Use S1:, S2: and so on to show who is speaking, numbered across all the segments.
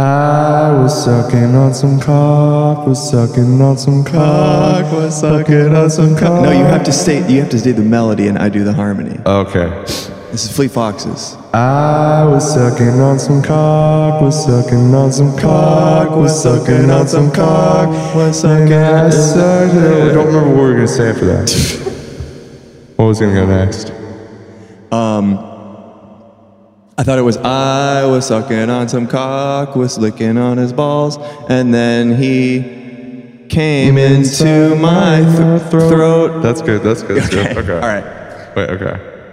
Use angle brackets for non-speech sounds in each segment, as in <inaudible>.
S1: I was sucking on some cock, was sucking on some cock, was sucking on some cock.
S2: No, you have to state you have to state the melody, and I do the harmony.
S1: Okay.
S2: This is Fleet Foxes.
S1: I was sucking on some cock, was sucking on some cock, was sucking on some cock, was sucking on some I don't remember what we were gonna say after that. what was gonna go next?
S2: I thought it was I was sucking on some cock, was licking on his balls, and then he came into my th- throat.
S1: That's good, that's good, that's good. Okay.
S2: All right.
S1: Wait, okay.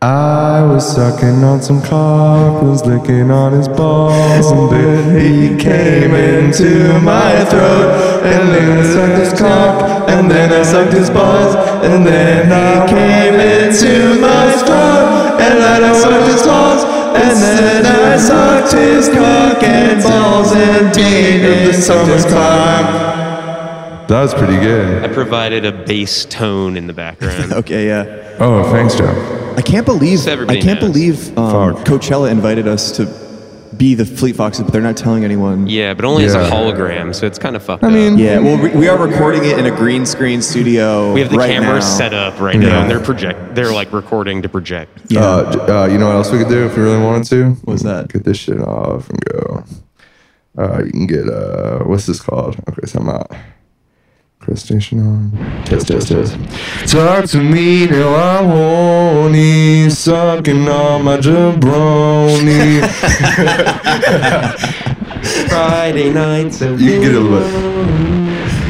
S1: I was sucking on some cock, was licking on his balls, and then he came into my throat. And then I sucked his cock, and then I sucked his balls, and then he came into my throat. And then I sucked his balls, and then I sucked his cock and balls, and Dean of the summer's climb. That was pretty
S3: I
S1: good.
S3: provided a bass tone in the background. <laughs>
S2: Okay. Yeah.
S1: Oh, thanks, Joe.
S2: I can't believe
S3: Severed
S2: I can't
S3: bean ass.
S2: believe um,
S1: Fuck.
S2: Coachella invited us to be the Fleet Foxes, but they're not telling anyone.
S3: yeah, but only as
S1: Yeah.
S3: a hologram, so it's kind of fucked
S1: I
S3: up.
S1: mean,
S2: Yeah, well, we, we are recording it in a green screen studio.
S3: we have the
S2: right
S3: camera
S2: now.
S3: set up right
S1: Yeah.
S3: now, and they're project. They're like recording to project.
S2: Yeah.
S1: Uh, j- uh, you know what else we could do if we really wanted to?
S2: What's that?
S1: Get this shit off and go. Uh, you can get uh, what's this called? Okay, so I'm out. Crustacean on. Test, test, test. Talk to me till I'm horny, sucking on my jabroni.
S3: Friday night, so
S1: you can get a little bit.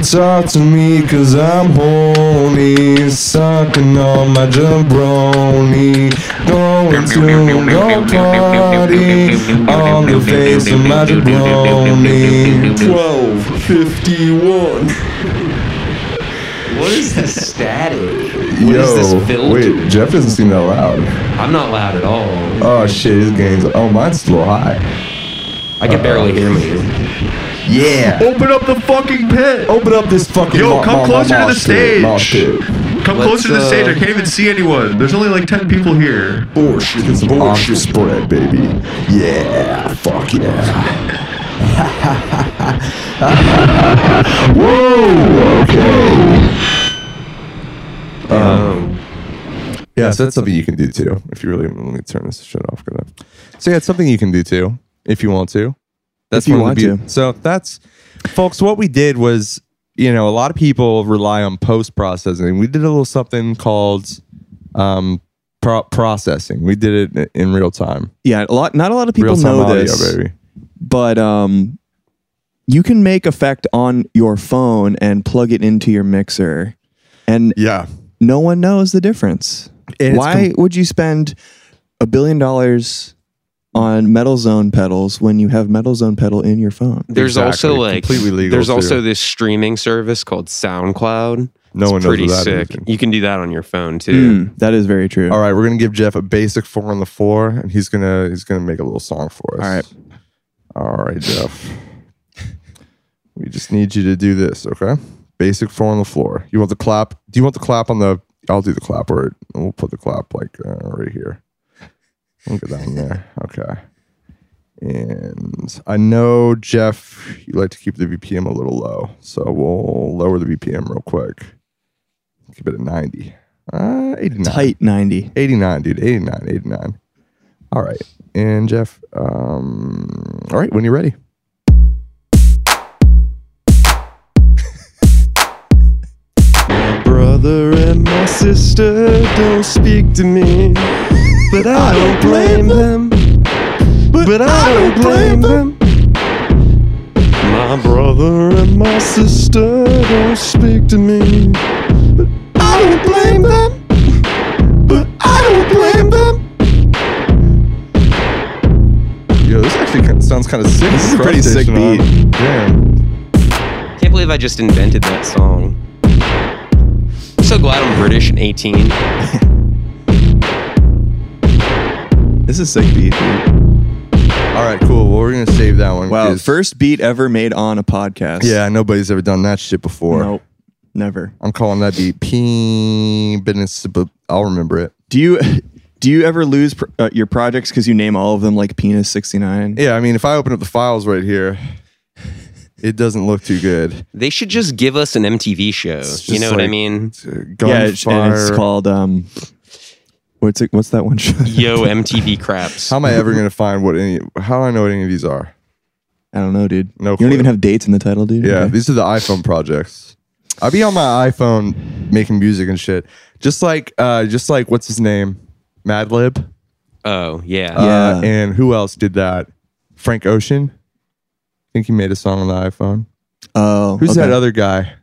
S1: Talk to me cause I'm horny, sucking on my jabroni. Going to no party on the face of my jabroni. 1251.
S3: What is this static? What is
S1: Yo,
S3: this filled?
S1: wait, Jeff doesn't seem that loud.
S3: I'm not loud at all.
S1: Oh shit, his game's. Oh, mine's a little high.
S3: I can barely hear me.
S1: Yeah.
S4: Open up the fucking pit.
S1: Open up this fucking.
S4: Yo,
S1: mo-
S4: come
S1: mo- mo-
S4: closer to
S1: mosh
S4: the
S1: pit,
S4: stage.
S1: mosh pit.
S4: Come
S3: Let's,
S4: closer to the
S3: uh,
S4: stage. I can't even see anyone. There's only like 10 people
S5: <laughs>
S4: here.
S1: Bullshit. It's bullshit spread, baby. Yeah. Fuck yeah. Whoa. Okay. Um, yeah, so that's something you can do too. If you really let me turn this shit off. 'cause I- So yeah, it's something you can do too if you want to. That's
S2: If you
S1: one of the
S2: want
S1: beau- So that's, folks. What we did was, you know, a lot of people rely on post processing. We did a little something called um, pro- processing. We did it in real time.
S2: Yeah, a lot. Not a lot of people
S1: Real time
S2: know
S1: audio,
S2: this,
S1: baby.
S2: but um, you can make effect on your phone and plug it into your mixer, and
S1: Yeah.
S2: no one knows the difference.
S1: And it's
S2: Why would you spend a billion dollars on Metal Zone pedals when you have Metal Zone pedal in your phone?
S3: There's
S1: Exactly.
S3: also like
S1: Completely legal,
S3: There's
S1: too.
S3: also this streaming service called SoundCloud.
S1: No
S3: it's
S1: one knows
S3: pretty
S1: what that
S3: sick.
S1: is.
S3: You can do that on your phone too.
S2: Mm, that is very true.
S1: Hmm. All right, we're gonna give Jeff a basic four on the floor, and he's gonna he's gonna make a little song for us.
S2: All right.
S1: All right, Jeff. we just need you to do this, okay? Basic four on the floor. You want the clap? Do you want the clap on the? I'll do the clap word, and we'll put the clap like uh, right here. We'll get that in there, okay? And I know Jeff, you like to keep the BPM a little low, so we'll lower the BPM real quick. Keep it at ninety. Uh, 89.
S2: Tight ninety.
S1: 89, dude. 89, 89. All right. And Jeff, um, all right, when you're ready.
S3: Brother and my sister don't speak to me, but I don't blame them. But I don't blame them.
S1: Hmm.
S3: My brother and my sister don't speak to me, but I don't blame them. But I don't blame them.
S1: Yo, this actually kind of sounds kind of sick. This
S2: is a pretty sick beat.
S1: Damn.
S3: Can't believe I just invented that song. I'm so glad I'm British and 18.
S2: This is sick beat. Dude.
S1: All right, cool. Well, we're going to save that one.
S2: Wow,
S1: 'cause-
S2: first beat ever made on a podcast.
S1: Yeah, nobody's ever done that shit before.
S2: Nope. Never.
S1: I'm calling that beat P. Business. I'll remember it.
S2: Do you <laughs> Do you ever lose pr- uh, your projects because you name all of them like Penis 69?
S1: Yeah, I mean, if I open up the files right here, it doesn't look too good.
S6: They should just give us an MTV show. You
S1: just
S6: know what I
S1: like- <laughs>
S6: mean?
S1: It's, uh,
S2: yeah, it's- and it's
S1: Gunfire.
S2: called um, what's it, what's that one show? <laughs>
S6: Yo, MTV craps.
S1: How am I ever gonna find what any? How do I know what any of these are?
S2: I don't know, dude.
S1: No
S2: you don't
S1: clue.
S2: even have dates in the title, dude.
S1: Yeah,
S2: Okay.
S1: these are the iPhone projects. I be on my iPhone making music and shit. Just like, uh, just like what's his name, Madlib.
S6: Oh, yeah.
S1: Uh,
S2: Yeah.
S1: and who else did that? Frank Ocean. I think he made a song on the iPhone.
S2: Oh,
S1: Who's that other guy?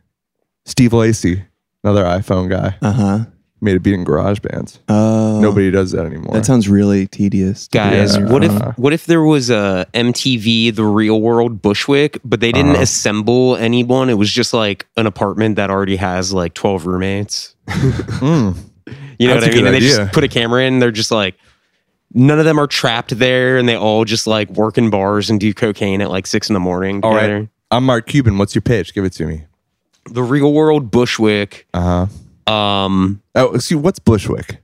S1: Steve Lacy, another iPhone guy.
S2: Uh huh.
S1: Made a beat in garage bands.
S2: Oh,
S1: Nobody does that anymore.
S2: That sounds really tedious, dude.
S6: Guys,
S1: yeah.
S6: what if
S1: Uh-huh.
S6: what if there was a MTV The Real World Bushwick, but they
S1: Uh-huh.
S6: didn't assemble anyone? It was just like an apartment that already has like twelve
S1: <laughs>
S6: roommates. Hmm. You
S1: That's
S6: know what I
S1: a good
S6: mean? And they
S1: idea.
S6: just put a camera in. They're just like none of them are trapped there, and they all just like work in bars and do cocaine at like six in the morning.
S1: All
S6: Together.
S1: right. I'm Mark Cuban. What's your pitch? Give it to me.
S6: The Real World Bushwick.
S1: Uh huh.
S6: Um,
S1: Oh, see, what's Bushwick?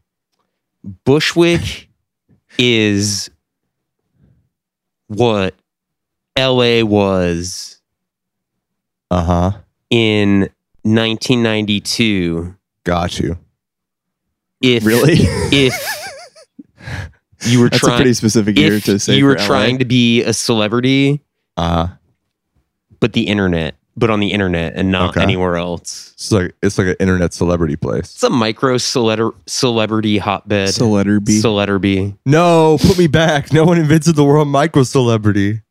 S6: Bushwick <laughs> is what LA was
S1: Uh huh.
S6: in 1992
S1: Got you.
S2: <laughs>
S6: if
S2: Really?
S6: if you were
S2: <laughs> That's a
S6: trying
S2: pretty specific year
S6: if
S2: to say.
S6: you were
S2: for LA.
S6: trying to be a celebrity
S1: Uh huh.
S6: but the internet but on the internet and not
S1: Okay.
S6: anywhere else
S1: It's like it's like an internet celebrity place.
S6: it's a micro celebrity celebrity hotbed
S2: So letter B.
S6: celebrity
S1: No, put me back. No one invented the world micro celebrity.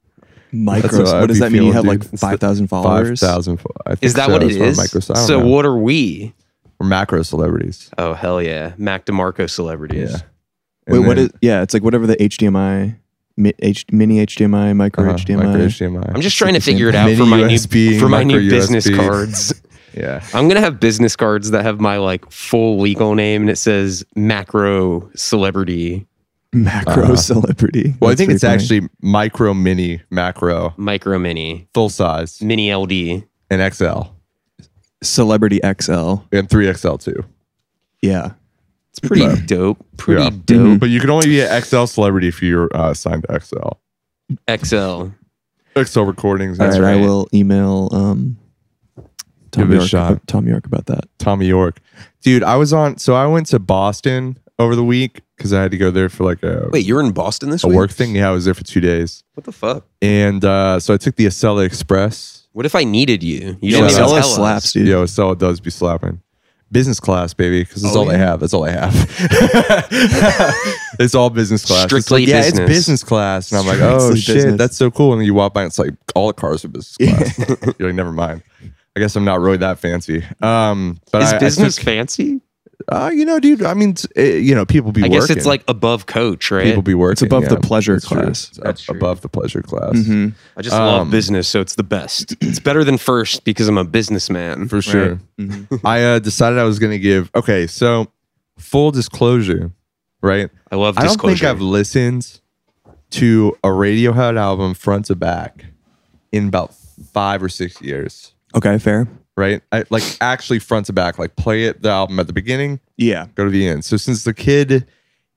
S2: Micros.
S1: That's what I'd
S2: What does
S1: be
S2: that mean? You
S1: feeling,
S2: have
S1: dude.
S2: like
S1: It's the
S2: five thousand
S1: Five
S2: followers.
S1: thousand. I think
S6: is that
S1: so.
S6: what it
S1: That's
S6: is
S1: Micro, I don't
S6: so
S1: know.
S6: what are we
S1: We're macro celebrities.
S6: oh hell yeah mac demarco celebrities
S1: Yeah.
S2: Wait,
S1: And
S2: what
S1: then- uh-huh,
S2: is? Yeah, it's like whatever the HDMI, mi, H, mini HDMI, micro
S1: uh-huh,
S2: HDMI.
S1: micro HDMI.
S6: i'm just trying to
S2: Same
S6: figure it out
S1: thing.
S6: for my
S1: Mini USB,
S6: new for my new
S1: micro
S6: business
S1: USB.
S6: cards
S1: Yeah.
S6: I'm gonna have business cards that have my like full legal name and it says macro celebrity
S2: macro
S1: Uh-huh.
S2: celebrity.
S1: Well, I
S2: That's
S1: think
S2: pretty
S1: it's
S2: funny.
S1: actually micro, mini, macro,
S6: micro mini
S1: full size,
S6: mini LD.
S1: and XL,
S2: celebrity XL.
S1: and three XL too.
S2: Yeah,
S6: It's pretty
S1: Right.
S6: dope. Pretty
S1: Yeah.
S6: dope.
S1: But you can only be an XL celebrity if you're uh, signed to XL.
S6: XL.
S1: XL recordings.
S2: All right,
S1: and
S2: I
S6: right.
S2: will email um, Tom
S1: Give it a
S2: York,
S1: shot.
S2: about- Tom York about that.
S1: Tommy York, dude. I was on. So I went to Boston over the week because I had to go there for like a
S6: Wait, you're in Boston this
S1: a
S6: week?
S1: work thing. Yeah, I was there for two days,
S6: What the fuck?
S1: and uh, so I took the Acela Express.
S6: What if I needed you? You
S1: Yeah,
S6: don't even
S1: Acela
S6: tell us.
S2: slaps, dude.
S1: Yo, Acela does be slapping. Business class, baby, because that's
S6: Oh,
S1: all they
S6: yeah.
S1: have. That's all they
S6: <laughs>
S1: have. it's all business class. It's
S6: Strictly
S1: like, yeah, it's
S6: business.
S1: business class, and I'm like, oh
S2: Strictly
S1: shit,
S2: business.
S1: that's so cool. And then you walk by, and it's like all the cars are business class. <laughs> You're like, never mind. I guess I'm not really that fancy. Um, but
S6: Is
S1: I, I
S6: business
S1: took-
S6: fancy?
S1: uh, you know, dude. I mean, t- eh, you know, people be.
S6: I guess it's
S1: working.
S6: like above coach, right?
S1: people be working.
S2: It's above
S1: yeah.
S2: the pleasure
S1: It's true.
S2: class.
S1: It's ab- above the pleasure class.
S6: Mm-hmm.
S2: Mm-hmm.
S6: I just love
S1: um,
S6: business, so it's the best. It's better than first because I'm a businessman.
S1: for sure. I uh, decided I was going to give. Okay, so full disclosure, right?
S6: I love
S1: I don't
S6: disclosure.
S1: think I've listened to a Radiohead album front to back in about five or six years,
S2: Okay, fair.
S1: right? I, like actually front to back, like play it the album at the beginning,
S2: Yeah,
S1: go to the end. So since the Kid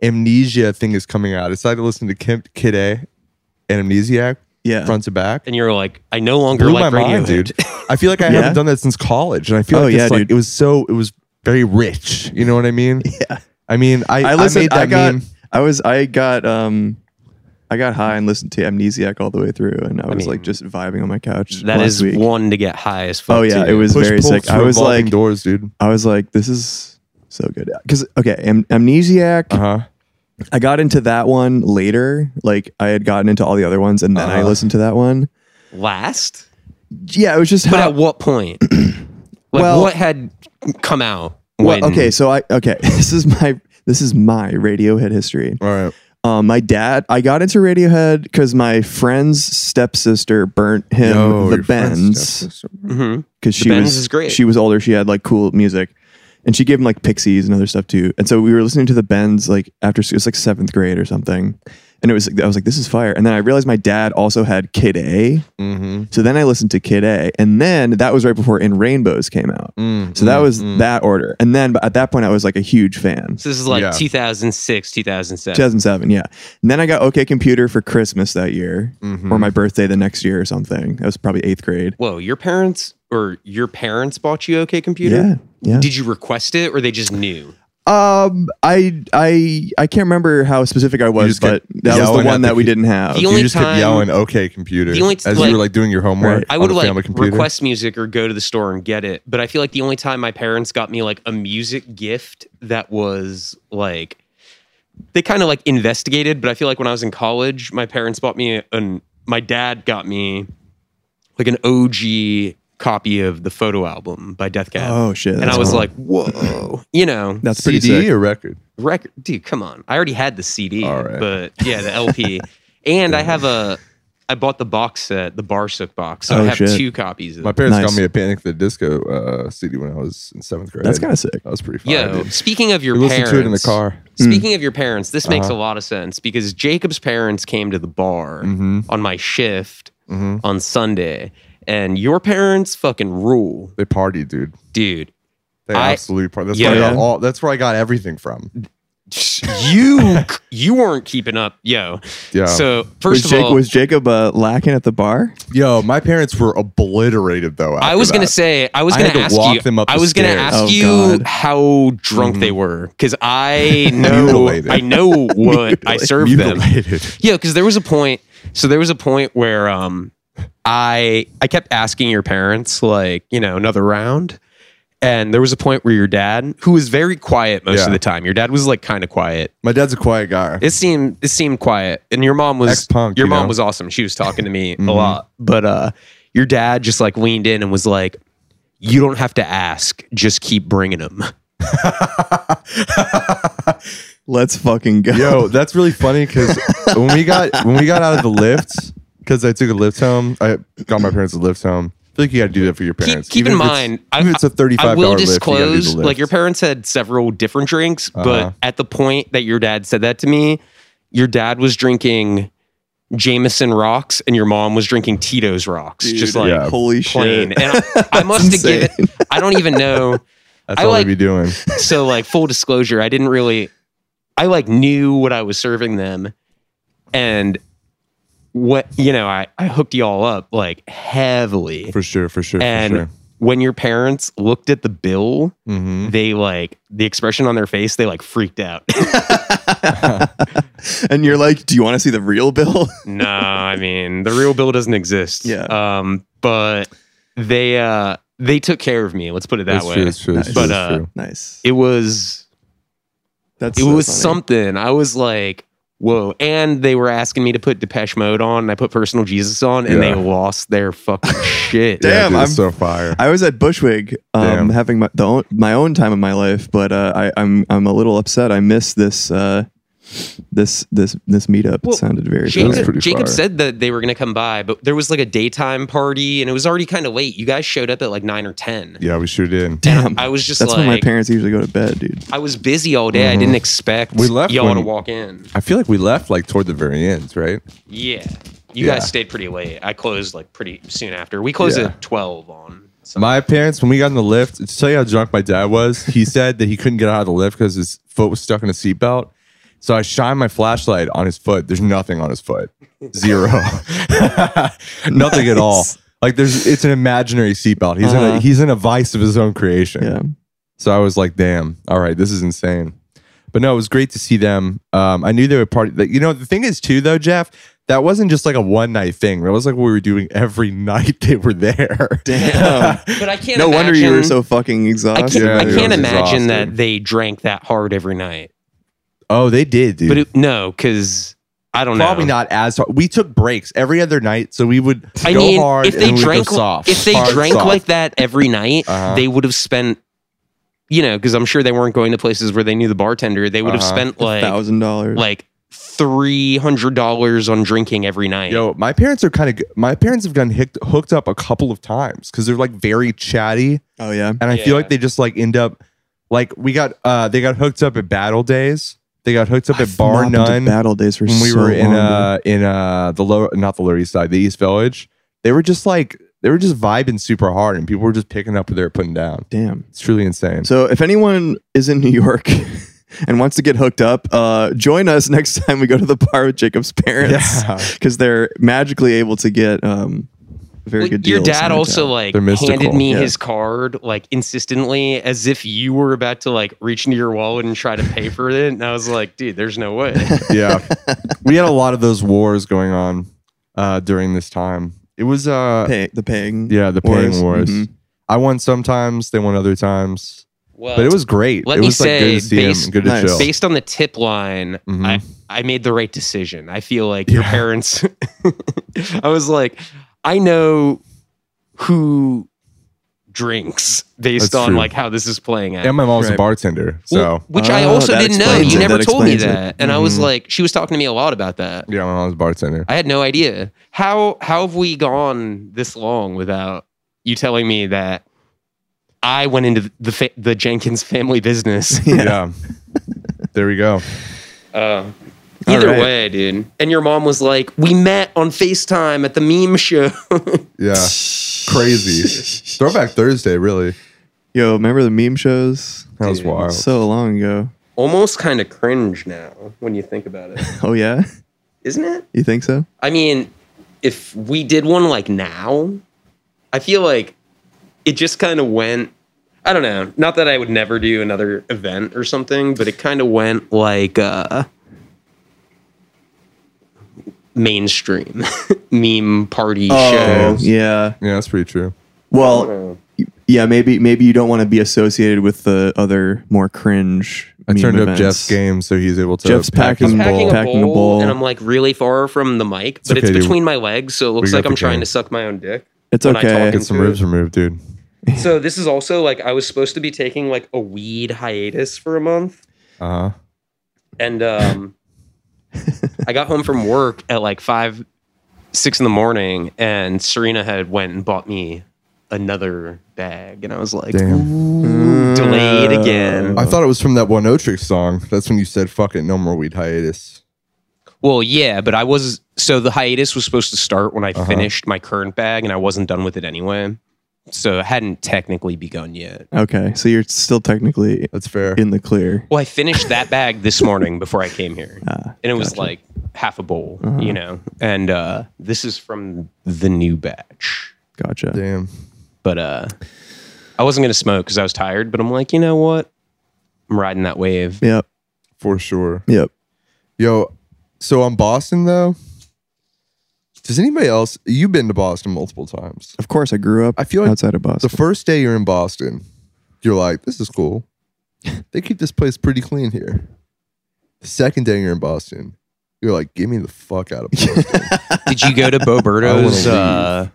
S1: Amnesia thing is coming out, I decided to listen to Kim, Kid A and Amnesiac
S2: yeah.
S1: front to back.
S6: and you're like, I no longer
S1: blew my
S6: like radio,
S1: mind, dude. I feel like
S2: <laughs>
S1: I
S2: Yeah?
S1: haven't done that since college, and I feel
S2: Oh,
S1: like, it's
S2: yeah,
S1: like
S2: dude.
S1: it was so it was very rich. You know what I mean?
S2: <laughs> Yeah.
S1: I mean, I
S2: I listened.
S1: I,
S2: I,
S1: made that
S2: got.
S1: meme.
S2: I was. I got. Um, I got high and listened to Amnesiac all the way through, and I was
S6: mean,
S2: like just vibing on my couch.
S6: <laughs> That
S2: last
S6: is
S2: week.
S6: one to get high as fuck.
S2: Oh yeah,
S6: to.
S2: it was
S1: push
S2: very
S1: pull
S2: sick.
S1: through
S2: I was
S1: revolving
S2: like,
S1: doors, dude.
S2: I was like, this is so good. Because okay, Am- Amnesiac.
S1: Uh huh.
S2: I got into that one later. Like I had gotten into all the other ones, and then I
S1: Uh-huh.
S2: listened to that one.
S6: last.
S2: Yeah, it was just
S6: But
S2: how.
S6: at
S2: <clears throat>
S6: what point? like
S2: Well-
S6: what had come out?
S2: well,
S6: when?
S2: okay, so I okay. <laughs> This is my this is my Radiohead history.
S1: All right.
S2: Um, my dad, I got into Radiohead because my friend's stepsister burnt him
S1: Yo,
S2: the
S1: your friend's
S2: Bends
S1: stepsister.
S6: Mhm.
S2: because she
S6: Bends
S2: was
S6: is great.
S2: she was older. She had like cool music, and she gave him like Pixies and other stuff too. And so we were listening to the Bends like after school. It was like seventh grade or something. and it was I was like, this is fire. And then I realized my dad also had Kid A.
S1: Mm-hmm.
S2: So then I listened to Kid A, and then that was right before In Rainbows came out.
S6: Mm,
S2: So that was that order. And then but at that point, I was like a huge fan.
S6: So this is like
S1: Yeah.
S6: 2006, 2007.
S2: 2007, yeah. And then I got OK Computer for Christmas that year,
S6: Mm-hmm.
S2: or my birthday the next year or something. That was probably eighth grade.
S6: Whoa, your parents or your parents bought you OK Computer?
S2: Yeah, yeah.
S6: Did you request it or they just knew?
S2: Um, I I I can't remember how specific I was,
S1: just kept
S2: but that was
S1: yelling
S2: the
S1: at
S2: one
S1: the
S2: that we
S1: pe-
S2: didn't have.
S6: The
S1: You
S6: only
S2: You-
S1: just
S6: time-
S1: kept yelling, "Okay, computer,"
S6: The only-
S1: as
S6: like-
S1: you were like doing your homework.
S2: Right.
S6: I
S1: on
S6: would
S1: the
S6: like
S1: family computer.
S6: request music or go to the store and get it. But I feel like the only time my parents got me like a music gift that was like they kind of like investigated, but I feel like when I was in college, my parents bought me an my dad got me like an OG copy of the photo album by Death Cab.
S2: oh shit!
S6: and
S2: that's
S6: I was
S2: cool.
S6: like, whoa, you know,
S2: that's pretty
S1: CD
S2: sick.
S1: or record.
S6: record dude come on i already had the cd
S1: All right.
S6: but yeah
S1: <laughs>
S6: the lp and i have a i bought the box set the barsook box so
S2: Oh,
S6: i have
S2: shit.
S6: two copies of
S1: My
S6: it
S1: parents
S2: Nice.
S1: got me a Panic at the Disco uh, CD when I was in seventh grade.
S2: That's kinda sick.
S1: That was pretty fun.
S6: yo speaking of your
S1: We listened
S6: parents
S1: to it in the car. Mm. Uh-huh.
S6: speaking of your parents this makes a lot of sense because jacob's parents came to the bar
S1: Mm. Mm-hmm,
S6: on my shift on sunday and your parents fucking rule
S1: They party, dude. <laughs>
S6: dude
S1: They
S6: I-
S1: absolutely party. That's
S6: Yeah.
S1: where I got all. That's where I got everything from.
S6: you you weren't keeping up yo
S1: Yeah.
S6: so
S2: was,
S6: first of
S2: Jake-
S6: all
S2: was Jacob uh, lacking at the bar?
S1: Yo, my parents were obliterated though.
S6: I
S1: after
S6: was gonna
S1: that.
S6: say I was
S1: I
S6: gonna
S1: had to
S6: ask
S1: walk
S6: you.
S1: them up
S6: I
S1: the
S6: was gonna
S1: stairs. Mm-hmm.
S6: ask
S2: Oh,
S6: you
S2: God.
S6: how drunk they were because
S1: <laughs>
S6: I know
S1: Mutilated.
S6: I know <laughs>
S1: <laughs>
S6: what I served them.
S1: mutilated.
S6: Yeah, because there was a point. So there was a point where um, I I kept asking your parents like you know another round, and there was a point where your dad, who was very quiet most
S1: Yeah.
S6: of the time, your dad was like kind of quiet.
S1: My dad's a quiet guy.
S6: It seemed it seemed quiet, and your mom was
S1: Ex-punk,
S6: your
S1: you
S6: mom
S1: know? Mm-hmm.
S6: was awesome. She was talking
S1: <laughs>
S6: to me a lot, but uh, your dad just like leaned in and was like, "You don't have to ask, just keep bringing them."
S2: Let's fucking go.
S1: Yo, that's really funny because when we got when we got out of the lift, because I took a lift home, I got my parents a lift home. I feel like you got to do that for your parents.
S6: keep
S1: Even
S6: in
S1: if it's-
S6: mind, I-
S1: even if it's a
S6: I
S1: thirty-five
S6: will
S1: dollar lift, you gotta do the
S6: disclose,
S1: lift.
S6: like your parents had several different drinks,
S1: Uh-huh.
S6: but at the point that your dad said that to me, your dad was drinking Jameson rocks, and your mom was drinking Tito's rocks, just like
S1: yeah.
S2: holy
S6: plain.
S2: shit!
S6: And I,
S1: <laughs>
S6: I must have
S2: insane.
S6: given. I don't even know.
S1: That's
S6: I
S1: all
S6: like-
S1: they be doing.
S6: so like full disclosure i didn't really i like knew what i was serving them and what you know i, I hooked y'all up like heavily
S1: For sure, for sure,
S6: and
S1: for sure.
S6: when your parents looked at the bill
S1: Mm-hmm.
S6: they like the expression on their face they like freaked out
S2: <laughs>
S6: <laughs>
S2: And you're like, do you want to see the real bill? <laughs>
S6: no i mean the real bill doesn't exist
S2: Yeah.
S6: um but they uh they took care of me let's put it that
S1: That's
S6: way
S1: true, that's true, that's
S2: Nice.
S1: true,
S6: But,
S1: that's
S6: uh,
S1: true.
S2: nice.
S6: it was
S2: That's
S6: it
S2: so
S6: was
S2: funny.
S6: something. I was like, whoa. And they were asking me to put Depeche Mode on, and I put Personal Jesus on, and
S1: Yeah.
S6: they lost their
S2: <laughs>
S6: fucking shit.
S1: Yeah,
S2: Damn,
S1: dude,
S2: I'm-
S1: so fire.
S2: I was at Bushwick, um,
S1: Damn.
S2: having my the own, my own time of my life, but uh, I, I'm I'm a little upset. I missed this uh, this this this meetup.
S6: Well,
S2: it sounded very
S1: That's
S6: Jacob,
S1: pretty
S6: Jacob
S1: fire.
S6: said that they were going to come by, but there was like a daytime party, and it was already kind of late. You guys showed up at like nine or 10.
S1: yeah, we sure did.
S2: Damn,
S6: I was just
S2: that's when my
S6: like-
S2: parents Mm-hmm. usually go to bed, dude.
S6: I was busy all day. I didn't expect
S1: We left
S6: y'all
S1: when-
S6: to walk in.
S1: I feel like we left like toward the very end, right?
S6: Yeah. You
S1: Yeah.
S6: guys stayed pretty late. I closed like pretty soon after. We closed
S1: Yeah.
S6: at 12 on. Sunday.
S1: My parents, when we got in the lift, to tell you how drunk my dad was,
S2: <laughs>
S1: he said that he couldn't get out of the lift because his foot was stuck in a seatbelt. So I shined my flashlight on his foot. There's nothing on his foot. Zero. <laughs> nothing at all.
S2: <laughs> Nice.
S1: Like there's it's an imaginary seatbelt. He's in
S2: Uh-huh.
S1: a he's in a vice of his own creation.
S2: Yeah,
S1: So I was like, damn, all right, this is insane. But no, it was great to see them. Um, I knew they would party. Like, you know, the thing is, too, though, Jeff, that wasn't just like a one night thing. That was like what we were doing every <laughs> night they were there.
S2: damn.
S6: but I can't
S2: no wonder you were
S6: imagine-
S2: so fucking
S6: I can't,
S2: exhausted.
S1: Yeah,
S6: I
S1: dude,
S6: can't
S1: I was
S6: imagine that
S1: exhausted.
S6: they drank that hard every night.
S1: <laughs> Oh, they did, dude.
S6: But it, no, because I don't
S1: Probably
S6: know.
S1: not as hard. We took breaks every other night, so we would
S6: I
S1: go
S6: mean,
S1: hard
S6: if
S1: and
S6: they
S1: then we'd go
S6: drank,
S1: soft.
S6: if they
S1: Hard,
S6: drank
S1: soft.
S6: like that every night,
S1: Uh-huh.
S6: they would have spent, you know, because I'm sure they weren't going to places where they knew the bartender. They would have
S1: Uh-huh.
S6: spent like
S2: Thousand dollars.
S6: like three hundred dollars on drinking every night.
S1: Yo, my parents are kind of. My parents have gotten hicked, hooked up a couple of times because they're like very chatty,
S2: Oh yeah.
S1: and I
S6: Yeah.
S1: feel like they just like end up like we got. uh They got hooked up at Battle Days, They got hooked up at
S2: I've
S1: Bar
S2: not been to
S1: None
S2: Battle days for
S1: when we
S2: so
S1: were in
S2: long,
S1: uh in uh the lower not the Lower East Side, the East Village. They were just like they were just vibing super hard, and people were just picking up what they were putting down.
S2: dude. damn.
S1: It's truly insane.
S2: So if anyone is in New York <laughs> and wants to get hooked up, uh, join us <laughs> next time we go to the bar with Jacob's parents <laughs>
S1: Yeah.
S2: because they're magically able to get um, a very
S6: Well,
S2: good
S6: your
S2: deals in
S6: dad
S2: their
S6: also
S2: town.
S6: like
S1: They're mystical,
S6: handed me
S2: yeah.
S6: his card like insistently as if you were about to like reach into your wallet and try to pay for it and i was like dude there's no
S1: <laughs>
S6: way
S2: <laughs>
S1: yeah, we had a lot of those wars going on uh during this time. It was uh
S2: Pay, the paying.
S1: yeah the paying wars.
S2: wars. Mhm.
S1: I won sometimes, they won other times,
S6: well,
S1: but it was great.
S6: let
S1: it
S6: me
S1: was like
S6: say,
S1: good to see
S6: based-
S1: him, good to
S2: Nice.
S1: chill.
S6: based on the tip line
S2: Mm-hmm.
S1: Mhm.
S6: I, I made the right decision i feel like your
S1: Yeah.
S6: parents <laughs> i was like i know who drinks based
S1: That's
S6: on
S1: true.
S6: like how this is playing out
S1: and my mom's a
S2: Right.
S1: bartender, so
S6: Well, which I
S2: Oh,
S6: also
S2: that
S6: didn't know.
S2: explains
S6: You
S2: it.
S6: never
S2: That
S6: told me
S2: explains it. Mm-hmm.
S6: that, and I was
S1: Mhm.
S6: like, she was talking to me a lot about that.
S1: yeah, my mom's a bartender.
S6: I had no idea. How how have we gone this long without you telling me that I went into the fa- the Jenkins family business?
S2: <laughs>
S1: Yeah. there we go.
S6: Uh, either
S2: right.
S6: way, dude. And your mom was like, "We met on Facetime at the meme show." <laughs>
S1: Yeah. <laughs> Crazy. Throwback Thursday, really.
S2: Yo, remember the meme shows?
S1: That was
S6: Dude,
S1: wild.
S2: So long ago.
S6: Almost kind of cringe now when you think about it,
S2: <laughs> Oh yeah,
S6: isn't it?
S2: you think so?
S6: I mean, if we did one like now, I feel like it just kind of went. I don't know. Not that I would never do another event or something, but it kind of went like uh, mainstream <laughs> meme party
S2: Oh
S6: shows.
S2: yeah.
S1: yeah, that's pretty true.
S2: Well, yeah. Maybe maybe you don't want to be associated with the other more cringe.
S1: I
S2: meme
S1: turned up
S2: events.
S1: Jeff's game, so he's able to.
S2: Jeff's
S1: pack
S2: packing
S1: his
S6: I'm
S2: bowl.
S6: packing a
S2: Packing a
S6: bowl,
S2: bowl.
S6: and I'm like really far from the mic, but
S1: okay,
S6: it's
S1: dude.
S6: between my legs, so it looks
S1: got
S6: like I'm
S1: the
S6: trying
S1: game.
S6: to suck my own dick.
S2: It's
S6: when I
S2: okay.
S6: talk
S1: Get some
S6: into
S1: ribs
S6: it.
S1: removed, dude.
S6: So this is also like I was supposed to be taking like a weed hiatus for a month.
S1: Uh huh.
S2: Uh-huh.
S6: and um, I got home from work at like five, six in the morning, and Serena had went and bought me another bag, and I was like,
S1: Damn. Uh,
S6: delayed again.
S1: I thought it was from that one Otrix song. That's when you said, "Fuck it, no more weed hiatus."
S6: Well, yeah, but I was so the hiatus was supposed to start when I
S1: Uh-huh.
S6: finished my current bag, and I wasn't done with it anyway, so it hadn't technically begun yet.
S2: Okay, so you're still technically
S1: That's fair.
S2: in the clear.
S6: Well, I
S1: <laughs>
S6: finished that bag this morning before I came here,
S1: Ah,
S6: and it was like half a bowl,
S1: Uh-huh.
S6: you know. And uh, this is from the new batch.
S2: Gotcha.
S1: Damn.
S6: but uh i wasn't gonna smoke because i was tired but i'm like you know what i'm riding that wave
S2: Yep.
S1: For sure.
S2: Yep.
S1: Yo, so on Boston though. Does anybody else? You've been to Boston multiple times.
S2: Of course, I grew up.
S1: I feel like
S2: outside of
S1: The
S2: Boston.
S1: first day you're in Boston, you're like, this is cool. <laughs> They keep this place pretty clean here. The second day you're in Boston, you're like, get me the fuck
S2: <laughs>
S1: out of Boston.
S6: did you go
S1: <laughs>
S6: to
S1: leave.
S6: boberto's uh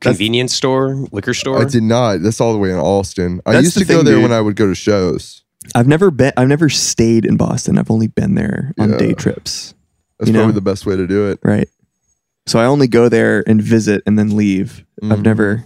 S6: convenience store liquor store
S1: I did not. That's all the way in Austin. I
S2: That's
S1: used
S2: the
S1: to go
S2: thing,
S1: there
S2: dude.
S1: when I would go to shows.
S2: I've never been. I've never stayed in Boston. I've only been there on
S1: Yeah.
S2: day trips.
S1: That's
S2: You know?
S1: probably the best way to do it.
S2: Right. So I only go there and visit and then leave. I've
S1: Mhm.
S2: never.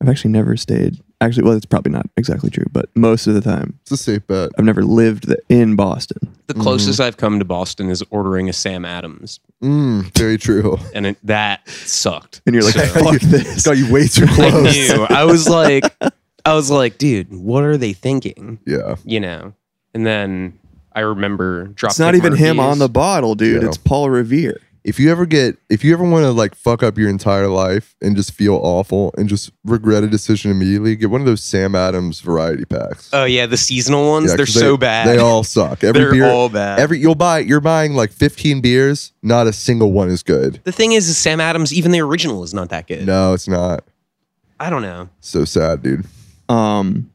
S2: I've actually never stayed. Actually, well, it's probably not exactly true, but most of the time,
S1: It's a safe bet.
S2: I've never lived the, in Boston.
S6: the closest
S2: Mm-hmm.
S6: i've come to boston is ordering a sam adams
S1: Mm, very true. <laughs>
S6: and it, that sucked
S2: And you're like,
S6: So-
S2: fuck this.
S1: Got you way too
S6: <laughs> i
S1: close.
S6: knew
S2: <laughs>
S6: i was like i was like dude what are they thinking
S1: Yeah.
S6: you know and then i remember dropping
S2: It's not even him on the bottle, dude.
S1: Yeah.
S2: It's Paul Revere.
S1: If you ever get, if you ever want to like fuck up your entire life and just feel awful and just regret a decision immediately, get one of those Sam Adams variety packs.
S6: oh yeah the seasonal ones
S1: Yeah,
S6: they're
S1: 'cause
S6: so bad
S1: They all suck.
S6: <laughs>
S1: Every
S6: They're
S1: beer,
S6: all bad.
S1: Every you'll buy, you're buying like 15 beers. Not a single one is good.
S6: the thing is, is sam adams even the original is not that good
S1: No, it's not.
S6: i don't know
S1: So sad, dude.
S2: Um,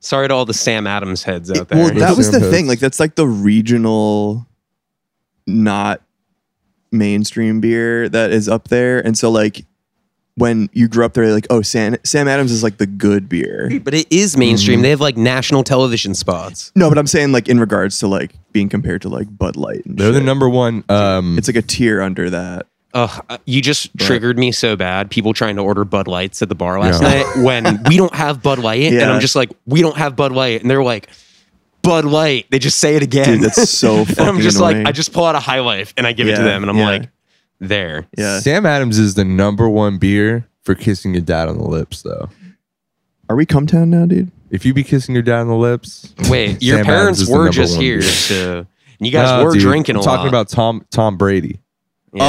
S6: Sorry to all the Sam Adams heads out
S2: It-
S6: there.
S2: Well, that was the
S1: Sam
S2: thing.
S1: Hooks.
S2: Like that's like the regional, not mainstream beer that is up there. And so like when you grew up there, like oh Sam Sam Adams is like the good beer.
S6: but it is
S2: Mm-hmm.
S6: mainstream. They have like national television spots.
S2: No, but I'm saying like in regards to like being compared to like Bud Light. And shit.
S1: number one. Um,
S2: It's like a tier under that.
S6: Ugh, uh, you just triggered me so bad. People trying to order Bud Lights at the bar last
S1: Yeah.
S2: <laughs>
S6: night when we don't have Bud Light, and
S2: Yeah.
S6: I'm just like, we don't have Bud Light, and they're like, Bud Light. They just say it again. <laughs>
S2: Dude, that's so fucking
S6: and I'm just
S2: annoying.
S6: like, I just pull out a high life and I give it to
S2: Yeah,
S6: them, and I'm
S2: yeah.
S6: like,
S2: <laughs>
S6: there.
S2: yeah.
S1: Sam Adams is the number one beer for kissing your dad on the lips, though.
S2: Are we come town now, dude?
S1: If you be kissing your dad on the lips,
S6: Wait, your
S1: Sam Adams
S6: parents
S1: is the
S6: were
S1: number
S6: just
S1: one
S2: <laughs>
S6: here
S1: beer.
S6: to. And you guys
S1: No,
S6: were
S1: dude,
S6: drinking
S1: I'm
S6: a
S1: talking
S6: lot.
S1: about Tom Tom Brady
S6: Yeah.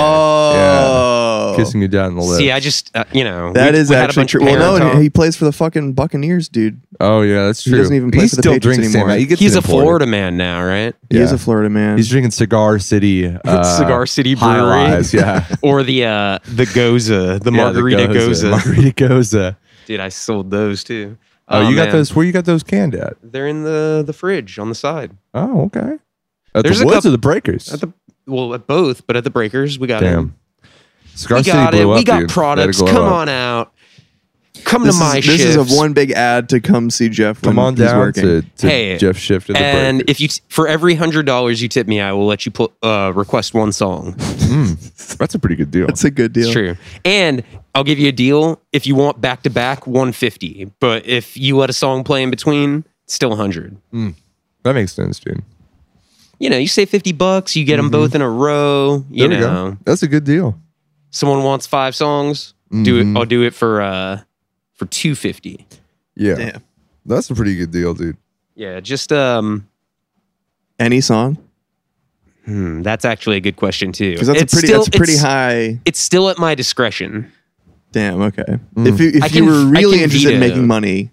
S2: Oh,
S1: kissing your dad on the lips.
S6: See, I just uh, you know
S2: That
S6: we-
S2: is
S6: we had a
S2: actually
S6: bunch of
S2: true. Well,
S6: parents
S2: no,
S6: on-
S2: he plays for the fucking Buccaneers, dude.
S1: oh yeah, that's
S2: He
S1: true.
S2: doesn't even play
S1: he
S2: for the
S1: still
S2: Patriots
S1: drinks Sam
S2: anymore.
S1: Ad- he gets
S6: he's
S1: it
S6: a
S1: imported.
S6: Florida man now, right? <laughs>
S2: He is
S1: Yeah.
S2: a Florida man.
S1: He's drinking Cigar City, uh,
S6: Cigar City
S1: High
S6: Brewery.
S1: Rise,
S6: <laughs>
S1: yeah.
S6: Or the uh, the Goza, the
S1: Yeah,
S6: Margarita Goza.
S1: <laughs> Margarita Goza.
S6: Dude, I sold those too.
S1: Oh, you got
S6: man.
S1: those? Where you got those canned at?
S6: They're in the the fridge on the side.
S1: Oh, okay. At
S6: There's
S1: the
S6: a
S1: Woods
S6: couple-
S1: or the Breakers?
S6: At the well, at both, but at the breakers, we got
S1: Damn.
S6: it.
S1: Cigar
S6: We
S1: City
S6: got it.
S1: blew
S6: we
S1: up,
S6: got
S1: dude.
S6: products.
S1: That'd
S6: Come
S1: blow up.
S6: on out. Come
S2: this
S6: to
S2: is,
S6: my
S2: this is
S6: shifts.
S2: a one big ad to come see Jeff. When
S1: Come on
S2: he's
S1: down
S2: working.
S1: to, to
S6: Hey,
S1: Jeff Shift at the
S6: and
S1: Breakers.
S6: if you t- for every hundred dollars you tip me, I will let you put uh, request one song.
S1: Mm, that's a pretty good deal.
S2: That's a good deal.
S6: It's true. And I'll give you a deal if you want back to back 150. But if you let a song play in between, it's still 100.
S1: That makes sense, dude.
S6: You know, you say 50 bucks, you get them
S2: Mm-hmm.
S6: both in a row, you
S1: There we
S6: know.
S1: go. That's a good deal.
S6: Someone wants 5 songs, do
S2: Mm-hmm.
S6: it I'll do it for uh for 250.
S1: Yeah.
S2: Damn.
S1: That's a pretty good deal, dude.
S6: Yeah, just um
S2: Any song?
S6: hmm, that's actually a good question too.
S2: Because that's
S6: It's
S2: a pretty.
S6: still-
S2: that's pretty
S6: it's-
S2: high.
S6: It's still at my discretion.
S2: Damn. Okay.
S1: Mm.
S2: If you if
S6: I
S2: you
S6: can-
S2: were
S6: I
S2: really
S6: can
S2: interested in
S6: veto.
S2: making money,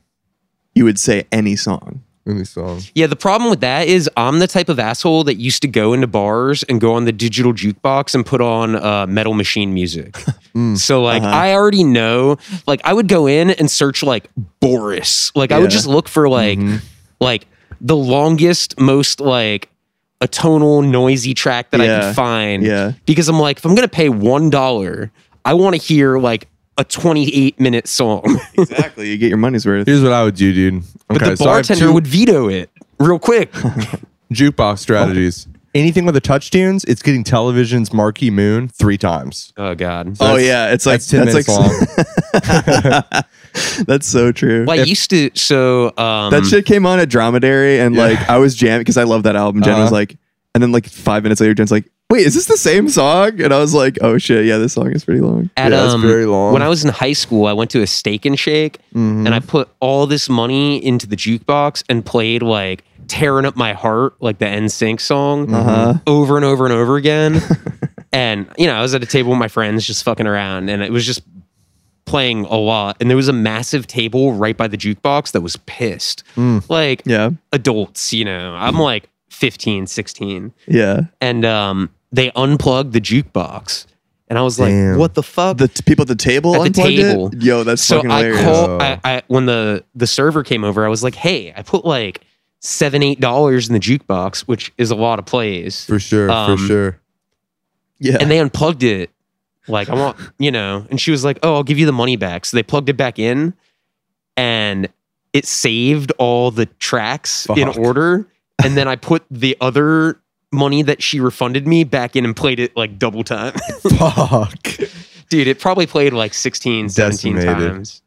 S2: you would say any song.
S1: Any song.
S6: Yeah, the problem with that is I'm the type of asshole that used to go into bars and go on the digital jukebox and put on uh, metal machine
S1: <laughs>
S6: music. Mm. so like
S1: Uh-huh.
S6: I already know, like I would go in and search like Boris. Like I would
S2: Yeah.
S6: just look for like
S1: Mm-hmm.
S6: like the longest, most like atonal, noisy track that I
S2: Yeah.
S6: could find.
S2: Yeah.
S6: Because I'm like, if I'm gonna pay one dollar, I want to hear like a 28 minute song. <laughs>
S2: Exactly. you get your money's worth.
S1: Here's what I would do, dude.
S6: but
S1: Okay,
S6: the
S1: so I have
S6: bartender
S1: two
S6: would veto it
S1: <laughs>
S6: real quick.
S1: jukebox strategies. Oh. Anything with the touch tunes, it's getting television's Marquee Moon three times.
S6: oh God.
S2: Oh
S1: That's-
S2: yeah, it's like
S1: that's ten minutes
S2: like
S6: <laughs>
S1: long.
S2: <laughs> that's so true.
S6: Well, I used to. So um,
S2: that shit came on at Dromedary, and like I was jamming because I love that album. Jen was
S1: Uh-huh.
S2: like, and then like five minutes later, Jen's like, "Wait, is this the same song?" And I was like, "Oh shit, yeah, this song is pretty long."
S6: At,
S1: Yeah, it's
S6: um,
S1: very long. Mm-hmm.
S6: When I was in high school, I went to a steak and shake, and I put all this money into the jukebox and played like "Tearing Up My Heart," like the NSYNC song,
S2: Uh-huh.
S6: over and over and over
S1: <laughs>
S6: again. and you know, I was at a table with my friends, just fucking around, and it was just playing a lot. And there was a massive table right by the jukebox that was pissed,
S1: Mm.
S6: like
S2: Yeah,
S6: adults. You know, I'm like 15, 16.
S2: yeah.
S6: and um, they unplugged the jukebox, and I was like,
S1: Damn.
S6: "What the fuck?"
S2: The t- people at the table
S6: At the
S2: unplugged
S6: table.
S2: it. Yo, that's
S6: so
S2: fucking
S6: I
S2: hilarious.
S6: call I, I when the the server came over, I was like, "Hey, I put like seven eight dollars in the jukebox, which is a lot of plays,
S1: for sure,
S6: Um,
S1: for
S6: <laughs>
S1: sure.
S2: yeah,
S6: and they unplugged it." Like I want, you know, and she was like, "Oh, I'll give you the money back." So they plugged it back in, and it saved all the tracks in
S1: Fuck.
S6: order. And then I put the other money that she refunded me back in and played it like double time.
S1: Fuck.
S6: Dude, it probably played like 16, 17
S1: Decimated.
S6: times.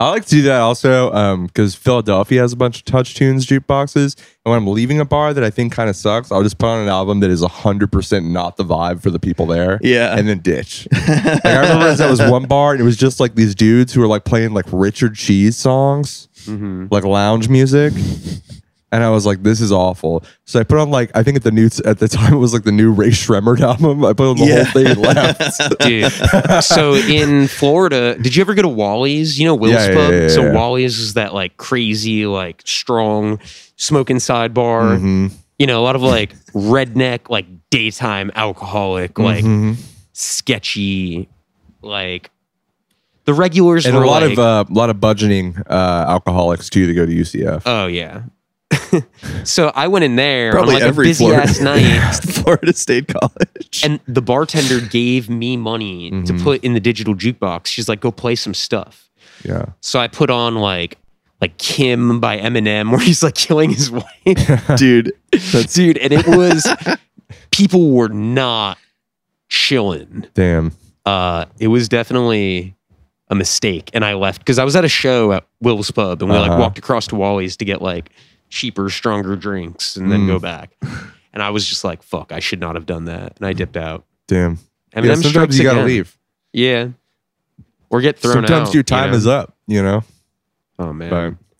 S1: I like to do that also because Philadelphia has a bunch of touch tunes jukeboxes. And when I'm leaving a bar that I think kind of sucks, I'll just put on an album that is 100% not the vibe for the people there.
S2: Yeah.
S1: And then ditch. like,
S2: <laughs>
S1: I remember there was one bar and it was just like these dudes who were like playing like Richard Cheese songs,
S2: Mm-hmm.
S1: like lounge music. And I was like, this is awful. So I put on like, I think at the new, at the time it was like the new Ray Shremmerd <laughs> album. I put on the
S2: Yeah.
S1: whole thing and
S2: <laughs>
S1: left.
S6: Dude. so in Florida, did you ever go to Wally's? You know Will's
S1: Yeah, yeah,
S6: Pub?
S1: yeah, yeah,
S6: so
S1: yeah.
S6: Wally's is that like crazy, like strong smoking sidebar.
S1: Mm-hmm.
S6: You know, a lot of like redneck, like daytime alcoholic,
S1: Mm-hmm.
S6: like sketchy, like the regulars
S1: and
S6: were
S1: a lot
S6: like,
S1: of uh, lot of budgeting uh, alcoholics too to go to UCF.
S6: oh yeah. <laughs> so I went in there
S2: Probably
S6: on like a
S2: every
S6: busy
S2: Florida-
S6: ass night.
S2: <laughs> Florida State College.
S6: And the bartender gave me money to
S7: Mm-hmm.
S6: put in the digital jukebox. She's like, go play some stuff.
S1: Yeah.
S6: So I put on like like Kim by Eminem, <laughs> where he's like killing his wife.
S2: Dude, that's
S6: <laughs> Dude, and it
S7: <laughs>
S6: was people were not chilling.
S1: Damn.
S6: Uh it was definitely a mistake. And I left because I was at a show at Will's Pub and we like
S1: Uh-huh.
S6: walked across to Wally's to get like cheaper, stronger drinks and then
S2: Mm.
S6: go back. And I was just like, fuck, I should not have done that. And I dipped out.
S7: Damn.
S6: M&M
S7: Yeah, sometimes
S6: strips
S7: you gotta
S6: again.
S7: leave.
S6: Yeah. Or get thrown out.
S7: sometimes your time is up, you know?
S6: Oh, man.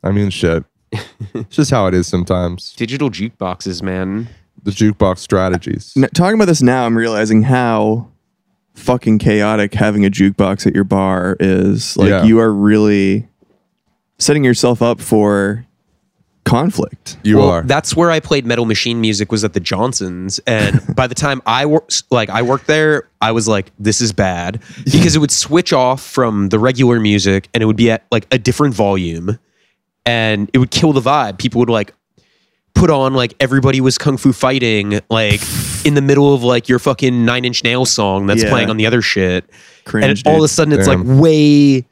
S7: But I
S6: <laughs>
S7: mean, shit. it's just how it is sometimes.
S6: Digital jukeboxes, man.
S7: The jukebox strategies.
S2: N- talking about this now, I'm realizing how fucking chaotic having a jukebox at your bar is. Like
S7: Yeah.
S2: you are really setting yourself up for conflict.
S7: You
S6: Well,
S7: are.
S6: That's where I played metal machine music was at the Johnsons,
S7: <laughs>
S6: and by the time I worked, like I worked there, I was like, this is bad because it would switch off from the regular music, and it would be at like a different volume, and it would kill the vibe. People would like put on like everybody was kung fu fighting like in the middle of like your fucking nine inch nail song that's
S2: Yeah.
S6: playing on the other shit
S2: Cringe.
S6: and all of a
S2: dude.
S6: sudden it's
S7: Damn.
S6: like way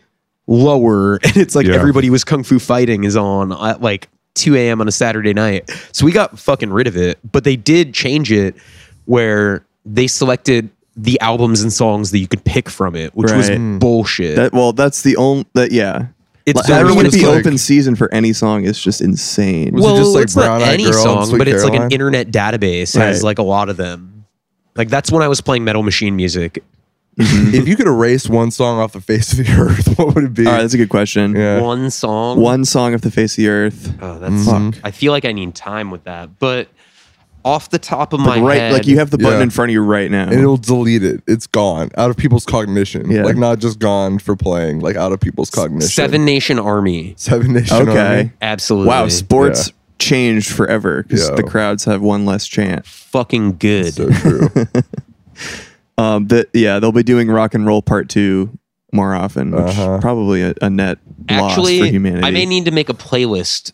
S6: lower <laughs> and it's like
S7: Yeah.
S6: everybody was kung fu fighting is on at like 2 a.m on a saturday night so we got fucking rid of it but they did change it where they selected the albums and songs that you could pick from it which
S2: Right.
S6: was bullshit
S2: that well, that's the only that yeah.
S6: It's
S2: Like,
S6: so
S2: having it
S6: weird.
S2: be
S7: It's like-
S2: open season for any song is just insane.
S7: Was it
S6: well
S7: just, like,
S6: it's not
S7: Brown Eyed
S6: any
S7: Girl and
S6: song
S7: Sweet
S6: but it's like
S7: Caroline?
S6: an internet database has
S2: Right.
S6: like a lot of them like that's when i was playing metal machine music
S7: if you could erase one song off the face of the <laughs> earth, what would it be?
S2: all right, that's a good question.
S7: yeah.
S6: one song
S2: One song off the face of the earth.
S6: oh that's
S2: Mm-hmm.
S6: i feel like i need time with that but off the top of my
S2: right,
S6: head
S2: like you have the button
S7: Yeah.
S2: in front of you right now.
S7: and it'll delete it. It's gone out of people's cognition.
S2: Yeah.
S7: Like not just gone for playing, like out of people's cognition.
S6: Seven Nation Army.
S7: Seven Nation
S2: okay.
S7: Army.
S6: Absolutely.
S2: Wow, sports changed forever because
S7: Yeah.
S2: the crowds have one less chance.
S6: fucking good.
S7: So
S2: <laughs>
S7: true.
S2: Um, that yeah, they'll be doing rock and roll part two more often, which
S7: Uh-huh.
S2: probably a, a net
S6: Actually,
S2: loss for humanity.
S6: I may need to make a playlist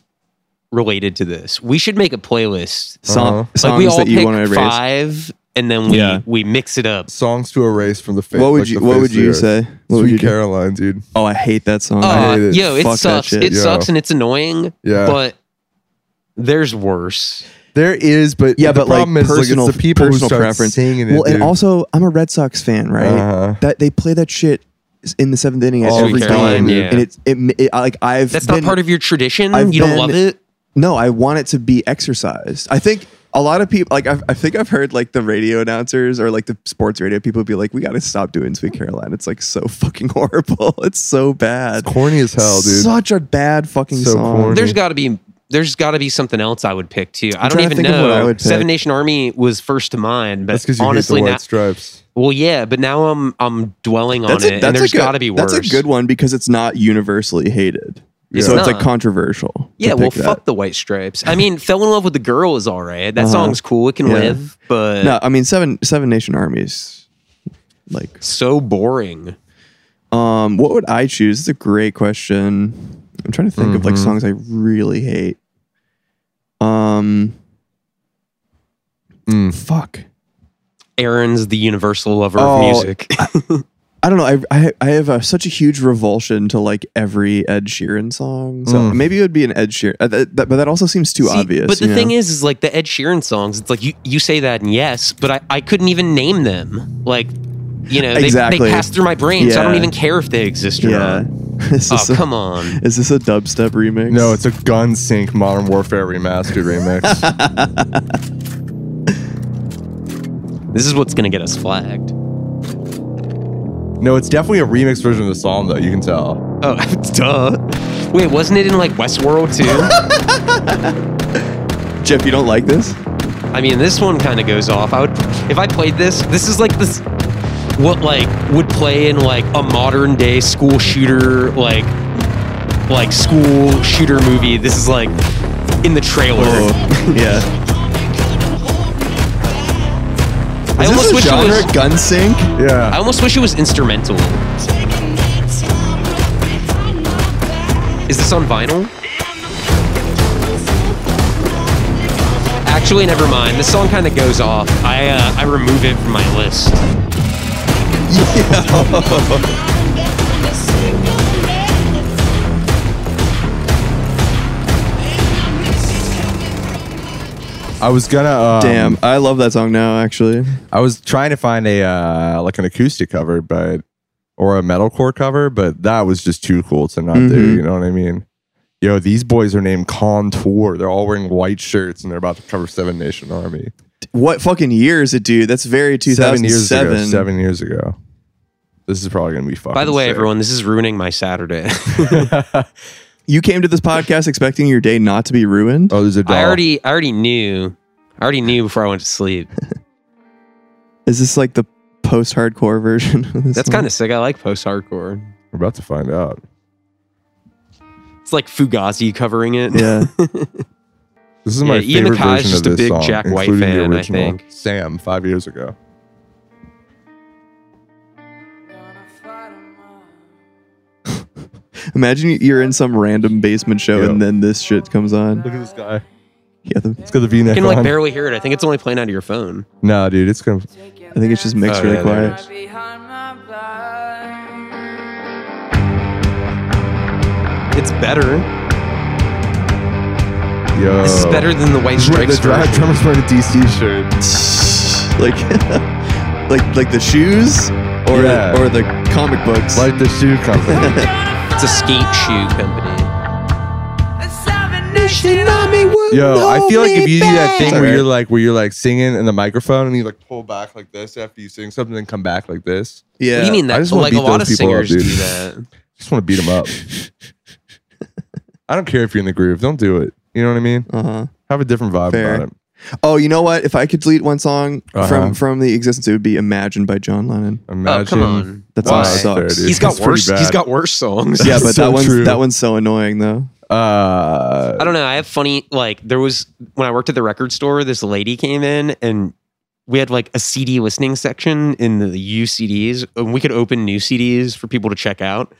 S6: related to this. We should make a playlist.
S2: Song,
S7: Uh-huh.
S6: like
S2: songs
S6: we all
S2: that you
S6: pick
S2: want to erase.
S6: five, and then we
S2: Yeah.
S6: we mix it up.
S7: Songs to erase from the face.
S2: What would
S7: like
S2: you
S7: the
S2: What
S7: face
S2: would
S7: of the
S2: you
S7: earth.
S2: say? What would
S7: Sweet
S2: you do?
S7: Caroline, dude.
S2: Oh, I hate that song.
S6: Uh,
S7: hate it.
S6: Yo, it
S2: Fuck that
S6: sucks.
S2: shit.
S6: It
S7: Yeah.
S6: sucks and it's annoying.
S7: Yeah.
S6: but there's worse.
S7: There is, but
S2: yeah,
S7: the
S2: but like
S7: problem is
S2: personal,
S7: like, it's the people who
S2: personal
S7: start
S2: preference.
S7: singing it.
S2: well, and
S7: dude.
S2: also I'm a Red Sox fan, right?
S7: Uh-huh.
S2: That they play that shit in the seventh inning at
S7: All
S2: every
S7: the
S2: time,
S7: time,
S6: Oh, yeah.
S2: and it's it, it like I've
S6: That's
S2: been-
S6: not part of your tradition.
S2: I've
S6: you don't
S2: been-
S6: love it.
S2: No, I want it to be exercised. I think a lot of people, like, I've, I think I've heard, like, the radio announcers or, like, the sports radio people be like, we got to stop doing Sweet Caroline. It's, like, so fucking horrible. <laughs> It's so bad.
S7: corny as hell, dude.
S2: Such a bad fucking
S7: So
S2: song.
S7: corny.
S6: There's got to be there's got to be something else I would pick too. I
S2: Mm-hmm. trying
S6: don't
S2: to
S6: even
S2: think of
S6: know.
S2: what I would
S6: Seven
S2: pick.
S6: Nation Army was first to mind, but
S7: That's because you
S6: honestly,
S7: hate the
S6: now,
S7: white stripes.
S6: well, yeah, but now I'm I'm dwelling on
S2: That's
S6: it,
S2: a,
S6: and
S2: that's a
S6: there's
S2: good,
S6: got to be worse.
S2: That's a good one because it's not universally hated.
S6: It's
S2: so it's,
S6: not.
S2: like, controversial. to
S6: Yeah, well,
S2: pick that.
S6: fuck the White Stripes. I mean, fell in love with the girl is all right. That
S2: Uh-huh.
S6: song's cool. It can
S2: Yeah.
S6: live, but
S2: No, I mean, Seven Seven Nation Armies. Like,
S6: so boring.
S2: Um, what would I choose? It's a great question. I'm trying to think of like
S7: Mm-hmm.
S2: songs I really hate. Um,
S7: Mm.
S2: fuck.
S6: Aaron's the universal lover
S2: Oh,
S6: of music. <laughs>
S2: I don't know. I I, I have a, such a huge revulsion to like every Ed Sheeran song. So
S7: Mm.
S2: maybe it would be an Ed Sheeran, uh, that, that- but that also seems too
S6: See,
S2: obvious.
S6: But the
S2: you
S6: thing
S2: know?
S6: is, is like the Ed Sheeran songs. It's like you you say that and yes, but I I couldn't even name them. Like, you know, they,
S2: Exactly.
S6: they pass through my brain, so I don't
S2: Yeah.
S6: even care if they exist or
S2: yeah.
S6: not.
S2: <laughs> Is
S6: Oh
S2: this a-
S6: come on.
S2: Is this a dubstep remix?
S7: No, it's a gun sync Modern
S2: <laughs>
S7: Warfare remastered remix.
S6: This is what's gonna get us flagged.
S7: no, it's definitely a remix version of the song though. You can tell.
S6: Oh, <laughs> duh. Wait, wasn't it in like Westworld too?
S2: Jeff. You don't like this?
S6: I mean, this one kind of goes off. I would, if I played this, this is like this, what like would play in like a modern day school shooter, like, like school shooter movie. This is like in the trailer.
S2: Oh, <laughs> yeah.
S6: I
S2: Is
S6: almost
S2: this
S6: wish
S2: a genre?
S6: it was.
S2: Gun sync?
S6: I
S7: Yeah.
S6: almost wish it was instrumental. Is this on vinyl? Actually, never mind. This song kind of goes off. I uh, I remove it from my list.
S7: I was gonna. Um,
S2: Damn, I love that song now. Actually,
S7: I was trying to find a uh, like an acoustic cover, but or a metalcore cover, but that was just too cool to not do.
S2: Mhm.
S7: You know what I mean?
S1: Yo, these boys are named Contour. They're all wearing white shirts and they're about to cover Seven Nation Army.
S2: What fucking year is it, dude? That's very
S1: Seven
S2: 2007.
S1: years ago. Seven years ago. This is probably gonna be fucking.
S6: By the way,
S1: sick.
S6: everyone, this is ruining my Saturday. <laughs>
S1: Oh,
S2: You came to this podcast expecting your day not to be ruined.
S1: Oh, there's a doll.
S6: <laughs> I already, I already knew, I already knew before I went to sleep.
S1: <laughs>
S2: Is this like the post-hardcore version? Of this
S6: That's kind of sick. I like post-hardcore.
S1: We're about to find out.
S6: It's like Fugazi covering it.
S2: yeah.
S1: This is my
S6: Yeah, Ian
S1: favorite
S6: MacKay's
S1: version
S6: just
S1: of
S6: a
S1: this
S6: big
S1: song,
S6: Jack White
S1: including
S6: fan, I
S1: the original
S6: think.
S1: Sam five years ago.
S2: Imagine you're in some random basement show and
S1: Yeah.
S2: then this shit comes on.
S1: Look at this guy.
S2: Yeah, the,
S1: It's got the V-neck
S6: You can
S1: <laughs>
S6: like
S1: on.
S6: barely hear it. I think it's only playing out of your phone.
S1: no, dude, it's gonna.
S2: I think it's just mixed
S6: Oh,
S2: really
S6: yeah, there it
S2: quiet.
S6: is.
S8: Behind my blind.
S6: It's better.
S1: Yo,
S6: This is better than the White
S1: He's wearing-
S6: Stripes
S1: Oh. the dry
S6: version.
S1: drummer's wearing a DC
S6: <laughs>
S1: shirt.
S2: like like <laughs> like the shoes or
S1: Yeah.
S2: or the comic books.
S1: Like the shoe company.
S6: <laughs> It's a skate shoe company.
S1: Yo, I feel like if you do that thing
S2: back.
S1: where you're like where you're like singing in the microphone and you like pull back like this after you sing something, then come back like this.
S2: yeah.
S6: What do you mean
S1: I
S6: that?
S1: just wanna
S6: Like a
S1: beat
S6: lot of
S1: those people up,
S6: singers do
S1: dude.
S6: that. Oh,
S1: Just want to beat them
S6: <laughs>
S1: up. I don't care if you're in the groove. Don't do it. You know what I mean?
S2: Uh-huh.
S1: Have a different vibe
S2: Fair.
S1: about it.
S2: Oh, you know what? If I could delete one song
S1: Uh-huh.
S2: from from the existence, it would be "Imagine" by John Lennon.
S1: Imagine.
S6: on.
S2: That
S6: Why?
S2: song sucks.
S1: Fair, dude.
S6: He's got
S1: It's pretty
S6: worse. He's
S1: bad.
S6: got worse songs.
S2: Yeah, but
S1: So
S2: that one's
S1: true.
S2: that one's so annoying though.
S1: Uh,
S6: I don't know. I have funny like there was when I worked at the record store. This lady came in and we had like a CD listening section in the U CDs, and we could open new CDs for people to check out.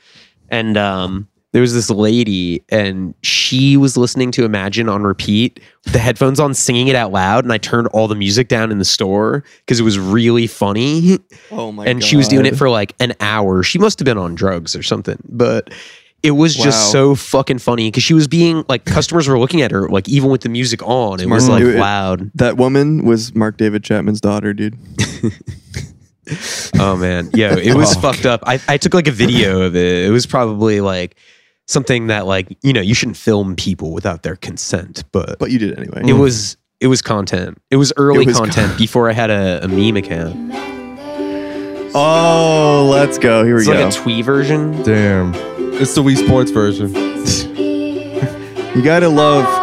S6: And um, there was this lady, and she was listening to Imagine on repeat, with the headphones on, singing it out loud. And I turned all the music down in the store because it was really funny
S2: Oh my!
S6: and she was doing it for like an hour. She must have been on drugs or something, but it was just
S2: Wow.
S6: so fucking funny because she was being like customers were looking at her like even with the music on, it was
S2: Smart.
S6: like
S2: It- it-
S6: loud.
S2: that woman was Mark David Chapman's daughter, dude.
S6: Oh man, yo,
S2: <laughs>
S6: it was
S1: Fuck.
S6: fucked up. I, I took like a video of it. It was probably like something that like you know you shouldn't film people without their consent, but,
S2: But you did anyway.
S6: it was it was content. It was early
S2: It was con-
S6: content before I had a, a meme account.
S2: oh, let's go. Here we
S6: It's
S2: go.
S6: like a twee version.
S1: Damn. It's the Wii Sports version.
S2: You gotta love.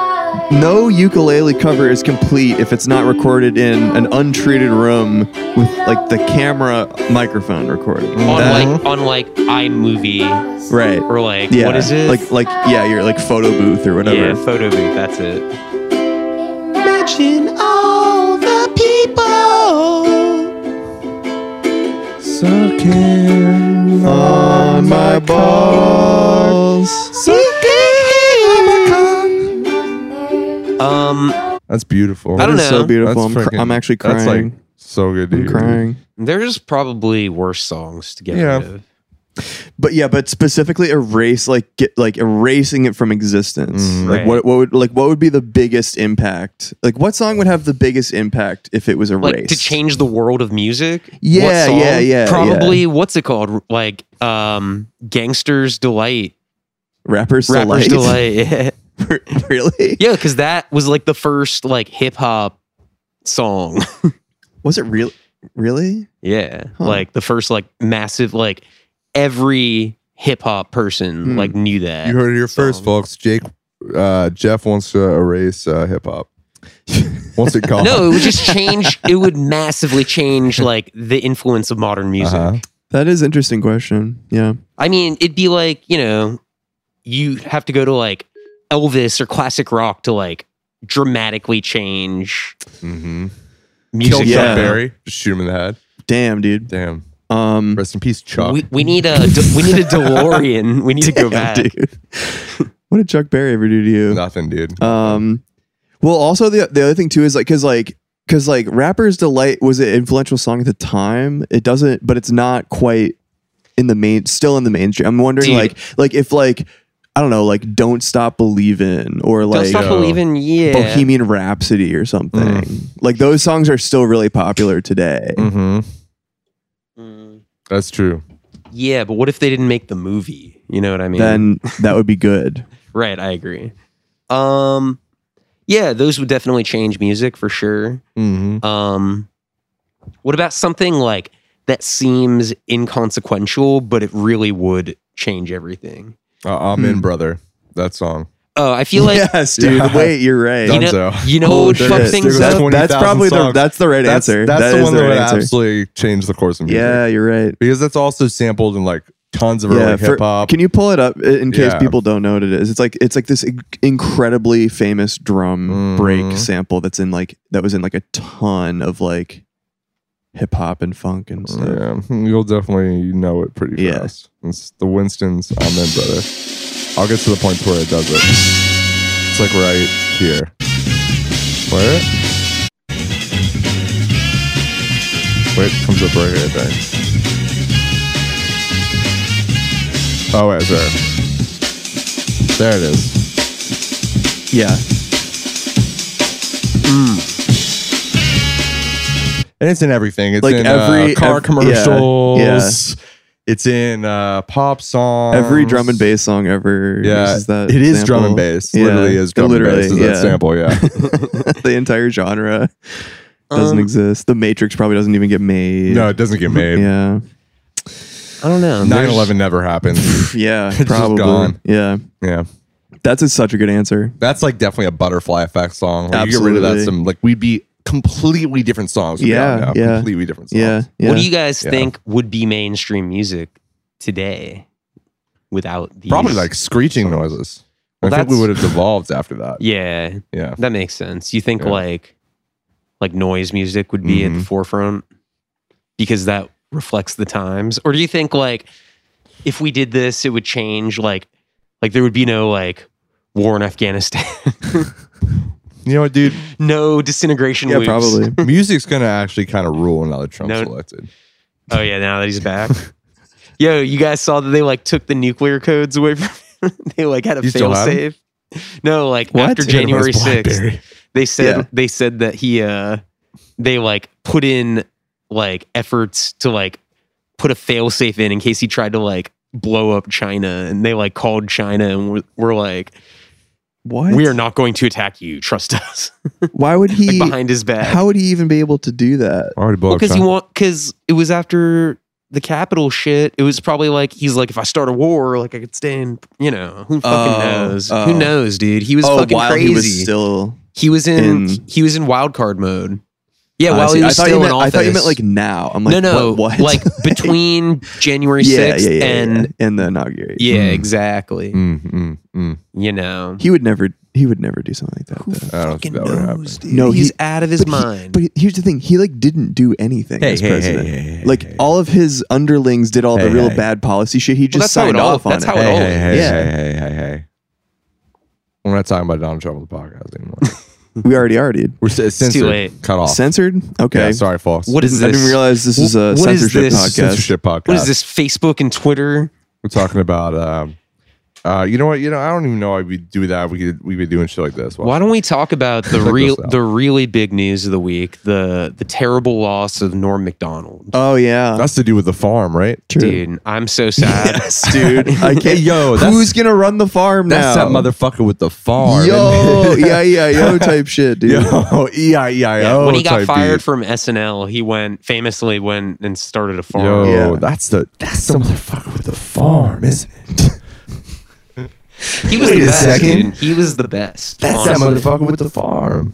S2: No ukulele cover is complete if it's not recorded in an untreated room with like the camera microphone recording.
S6: On
S2: That-
S6: like on like iMovie
S2: right.
S6: or like
S2: Yeah.
S6: what is it?
S2: Like like yeah, you're like photo booth or whatever.
S6: Yeah, photo booth. That's it.
S1: Sucking
S2: On my balls.
S6: Um,
S1: That's beautiful.
S6: I don't
S2: That is
S6: know.
S2: So beautiful. I'm,
S1: That's
S2: cr-
S1: freaking-
S2: I'm actually
S1: That's like
S2: crying.
S1: so good.
S2: I'm
S1: Dude.
S2: crying.
S6: there's probably worse songs to get
S1: Yeah.
S6: rid of.
S2: But yeah, but specifically erase like get like erasing it from existence.
S1: Mm.
S2: Like
S6: Right.
S2: what what would like what would be the biggest impact? Like what song would have the biggest impact if it was erased?
S6: Like to change the world of music. What
S2: Yeah,
S6: song?
S2: yeah, yeah, yeah.
S6: Probably what's it called? Like, um, Gangsters Delight,
S2: Rappers
S6: Rappers Delight. Yeah.
S2: <laughs> really?
S6: yeah, because that was like the first like hip hop song. <laughs>
S2: Was it real? Really?
S6: Yeah.
S2: Huh.
S6: Like the first like massive like every hip hop person
S2: Hmm.
S6: like knew that.
S1: You heard it here first,
S6: song.
S1: folks. Jake, uh, Jeff wants to erase uh, hip
S2: <laughs>
S1: hop. Wants it gone.
S2: Uh-huh.
S6: No, it would just change. it would massively change like the influence of modern music.
S1: Uh-huh.
S2: That is interesting question. Yeah.
S6: I mean, it'd be like you know, you have to go to like Elvis or classic rock to like dramatically change
S1: Mm-hmm. Kill
S6: music.
S1: Chuck
S2: Yeah.
S1: Berry. Just shoot him in the head.
S2: Damn, dude.
S1: Damn.
S2: Um,
S1: Rest in peace, Chuck.
S6: We, we need a de- we need a DeLorean. <laughs> We need
S2: <laughs>
S6: to go
S2: damn,
S6: back.
S2: dude. <laughs> what did Chuck Berry ever do to you?
S1: Nothing, dude.
S2: Um, well, also the the other thing too is like because like because like rappers delight was an influential song at the time. It doesn't, but it's not quite in the main, still in the mainstream. I'm wondering
S6: Dude.
S2: like like if like I don't know like don't stop believing or
S6: Don't
S2: like
S6: stop
S1: uh,
S6: believing. Yeah,
S2: Bohemian Rhapsody or something.
S1: Mm.
S2: Like those songs are still really popular today.
S1: hmm
S6: Mm,
S1: That's true.
S6: yeah. But what if they didn't make the movie? You know what I mean?
S2: Then that would be good.
S6: Right, I agree. Um yeah, those would definitely change music for sure.
S1: Mm-hmm.
S6: Um what about something like that seems inconsequential but it really would change everything?
S1: Uh, I'm
S2: Hmm.
S1: in, brother. That song.
S6: Oh, I feel like
S2: <laughs> yes,
S1: <laughs>
S2: dude.
S1: Yeah.
S2: Wait, you're right.
S6: you know,
S1: Dunzo. Oh,
S6: you know what would
S2: Shit.
S6: fuck
S1: There
S6: things
S1: goes
S6: up?
S2: That's- that's
S1: 20,000
S2: probably the
S1: songs.
S2: that's the right
S1: That's,
S2: answer.
S1: that's the
S2: is
S1: one that
S2: right
S1: would
S2: answer.
S1: absolutely change the course of music.
S2: Yeah, you're right.
S1: Because that's also sampled in like tons of
S2: Yeah,
S1: early
S2: for-
S1: hip hop.
S2: can you pull it up i- in case
S1: Yeah.
S2: people don't know what it is? It's like it's like this in- incredibly famous drum break
S1: Mhm.
S2: sample that's in like that was in like a ton of like hip hop and funk and stuff.
S1: Yeah, you'll definitely know it pretty
S2: Yeah.
S1: fast. It's the Winston's I'm in, brother. I'll get to the point where it does it. It's like right here. Where? Wait, it comes up right here, I think. Oh, wait, there. There it is.
S2: Yeah,
S1: And it's in everything. It's
S2: Like
S1: in
S2: every-
S1: uh, car
S2: ev- yeah, yeah.
S1: commercials. It's in uh, pop songs.
S2: every drum and bass song ever
S1: Um, Yeah,
S2: uses that.
S1: it is
S2: sample.
S1: drum and bass.
S2: Yeah,
S1: Literally is drum
S2: literally,
S1: and bass. Is
S2: yeah.
S1: that sample?
S2: <laughs>
S1: Yeah.
S2: the entire genre doesn't
S6: Um,
S2: exist. The Matrix probably doesn't even get made.
S1: No, it doesn't get made.
S2: Yeah,
S6: I don't know.
S1: 9/11 never happened.
S2: <laughs>
S1: <laughs>
S2: yeah,
S1: just
S2: probably.
S1: gone.
S2: Yeah,
S1: yeah,
S2: that's a, such a good answer.
S1: that's like definitely a butterfly effect song. Like, You get rid of
S2: Absolutely.
S1: that, some like we'd be completely different songs. we'd be
S2: Yeah,
S1: on now.
S2: yeah.
S1: completely different songs.
S2: Yeah, yeah.
S6: What do you guys
S1: Yeah.
S6: think would be mainstream music today without these?
S1: probably like screeching noises.
S6: Well,
S1: I think we
S6: that's-
S1: would have devolved after
S2: <laughs>
S1: that.
S6: yeah,
S1: Yeah,
S6: that makes sense. You think
S1: Yeah.
S6: like like noise music would be at the
S1: Mhm.
S6: forefront because that reflects the times, or do you think like if we did this, it would change like like there would be no like war in Afghanistan, <laughs>
S1: you know what, dude?
S6: no disintegration.
S2: yeah,
S6: loops.
S2: probably.
S1: Music's gonna actually kind of rule now that Trump's
S6: No.
S1: elected.
S6: Oh yeah, now that he's back. <laughs> Yo, you guys saw that they like took the nuclear codes away from <laughs> they like had a
S1: You still
S6: fail
S1: have 'em?
S6: safe. No, like after
S1: Dude, it was
S6: January sixth,
S1: Blackberry.
S6: they said
S2: Yeah.
S6: they said that he uh they like put in like efforts to like put a fail safe in in case he tried to like blow up China and they like called China and were, were like
S2: What?
S6: we are not going to attack you, trust us. <laughs>
S2: Why would
S6: like
S2: he?
S6: behind his back.
S2: How would he even be able to do that?
S1: I already blew up
S6: because
S1: Trump.
S6: you want because it was after the capital shit. It was probably like he's like, if I start a war, like I could stay in. You know, who fucking
S2: Oh,
S6: knows?
S2: oh.
S6: Who knows, dude? He was fucking crazy.
S2: he was still.
S6: in,
S2: in-
S6: he was in wild card mode. Yeah,
S2: I
S6: while
S2: see.
S6: he
S2: I
S6: was
S2: thought you
S6: still in
S2: meant-
S6: office.
S2: I thought you meant like now. I'm like,
S6: no, no,
S2: what? what? <laughs>
S6: <laughs> like between January
S2: yeah, yeah,
S6: sixth
S2: yeah, yeah,
S6: and
S2: yeah. Hmm. and the inauguration.
S6: yeah,
S1: Mm.
S6: exactly.
S1: Mm, mm, mm.
S6: You know,
S2: He would never. He would never do something like that. Though.
S1: I don't
S6: fucking
S1: think that would happen.
S6: knows, dude.
S2: No,
S6: he's
S2: he-
S6: out of his
S2: but he-
S6: mind.
S2: But he- here's the thing: he like didn't do anything
S1: Hey,
S2: as
S1: hey, hey,
S2: president.
S1: hey, hey,
S2: like
S1: hey, hey.
S2: all of his underlings did all the
S1: Hey,
S2: real
S1: hey.
S2: bad policy shit. He just
S6: that's how it
S2: signed
S6: all-
S2: off on
S6: that's
S2: it.
S6: how it
S1: hey,
S6: all
S1: hey, hey,
S2: Yeah.
S1: hey, hey, hey, hey. We're not talking about Donald Trump on the podcast
S6: <laughs>
S1: anymore.
S2: we already already
S1: We're s- censored,
S6: late.
S1: cut off.
S2: censored. Okay,
S1: Yeah, sorry, folks.
S6: What is
S2: I didn't
S6: this?
S2: realize this is a
S6: Wh- what is
S2: censorship
S6: this?
S2: podcast.
S1: censorship podcast?
S6: what is this? Facebook and Twitter.
S1: We're talking about. Um, uh, you know what? You know, I don't even know. why we do that. We could, we be doing shit like this.
S6: Why don't we talk about the
S1: Check
S6: real,
S1: this out.
S6: the really big news of the week the the terrible loss of Norm Macdonald.
S2: Oh yeah,
S1: That's to do with the farm, right?
S2: true.
S6: Dude, I'm so
S2: <laughs>
S6: sad.
S2: Yes,
S6: <laughs>
S2: dude. I
S1: <laughs>
S2: can't.
S1: Hey, yo, that's-
S2: who's gonna run the farm now?
S1: That's that motherfucker with the farm.
S2: Yo, <laughs> yeah, yeah, yo, type shit,
S1: <laughs>
S2: dude.
S1: yo, E I E I O.
S6: when he got
S1: type
S6: fired
S1: beat.
S6: from SNL, he went famously went and started a farm.
S1: Yo,
S2: Yeah.
S1: that's the that's the motherfucker with the farm, isn't it? <laughs>
S6: he was
S1: wait
S6: the
S1: a
S6: best.
S1: second.
S6: dude. He was the best.
S1: That's that
S6: honestly.
S1: motherfucker with the farm.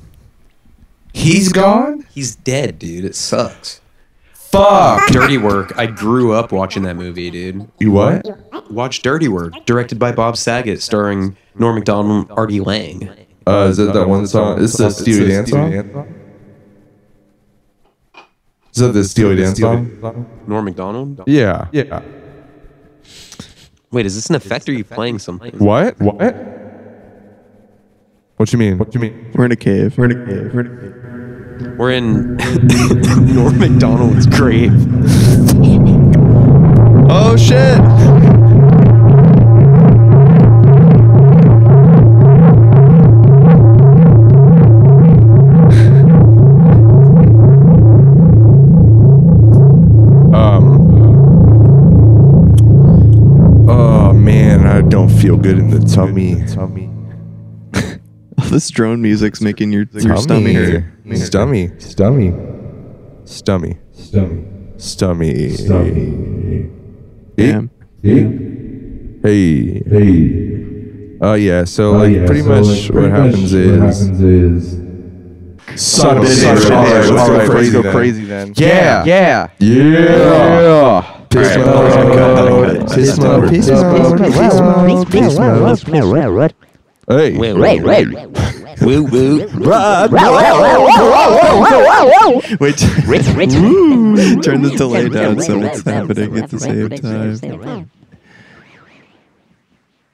S1: He's gone.
S6: He's dead, dude. It sucks.
S1: Fuck.
S6: Dirty Work. I grew up watching that movie, dude.
S1: You what?
S6: Watch Dirty Work, directed by Bob Saget, starring Norm Macdonald, and Artie Lang.
S1: Uh, is that that one song? Is that Steely Dan song? Is that the Steely Dan song?
S6: Norm Macdonald.
S1: Yeah. Yeah.
S6: Wait, is this an effect? Or are you playing something?
S1: What? What? What you mean? What you mean?
S2: We're in a cave. We're in a cave. We're in a cave.
S6: We're in <laughs> Norm McDonald's grave.
S2: Oh shit!
S1: Um. Oh man, I I don't feel good in the tummy.
S4: Tummy.
S2: this drone music's making your, your stomach hurt.
S1: Stummy. Stummy. Stummy. Stummy.
S2: <laughs> Damn.
S1: Hey.
S7: Hey,
S1: Oh yeah. So
S7: like
S1: like pretty much what happens is
S7: is
S1: son of a
S2: Son of a
S1: bitch.
S2: bitch.
S1: All right, let's
S2: All right,
S1: go crazy.
S4: go
S1: then.
S4: crazy then.
S1: Yeah.
S4: Yeah.
S1: Yeah.
S2: Piss
S1: All
S2: mode.
S1: right.
S2: Cut, cut, cut.
S1: Piss mode. Piss mode. Piss mode. Piss mode. Hey.
S2: Wait.
S6: Woo woo.
S2: <laughs> Turn the delay down so it's happening at the same time.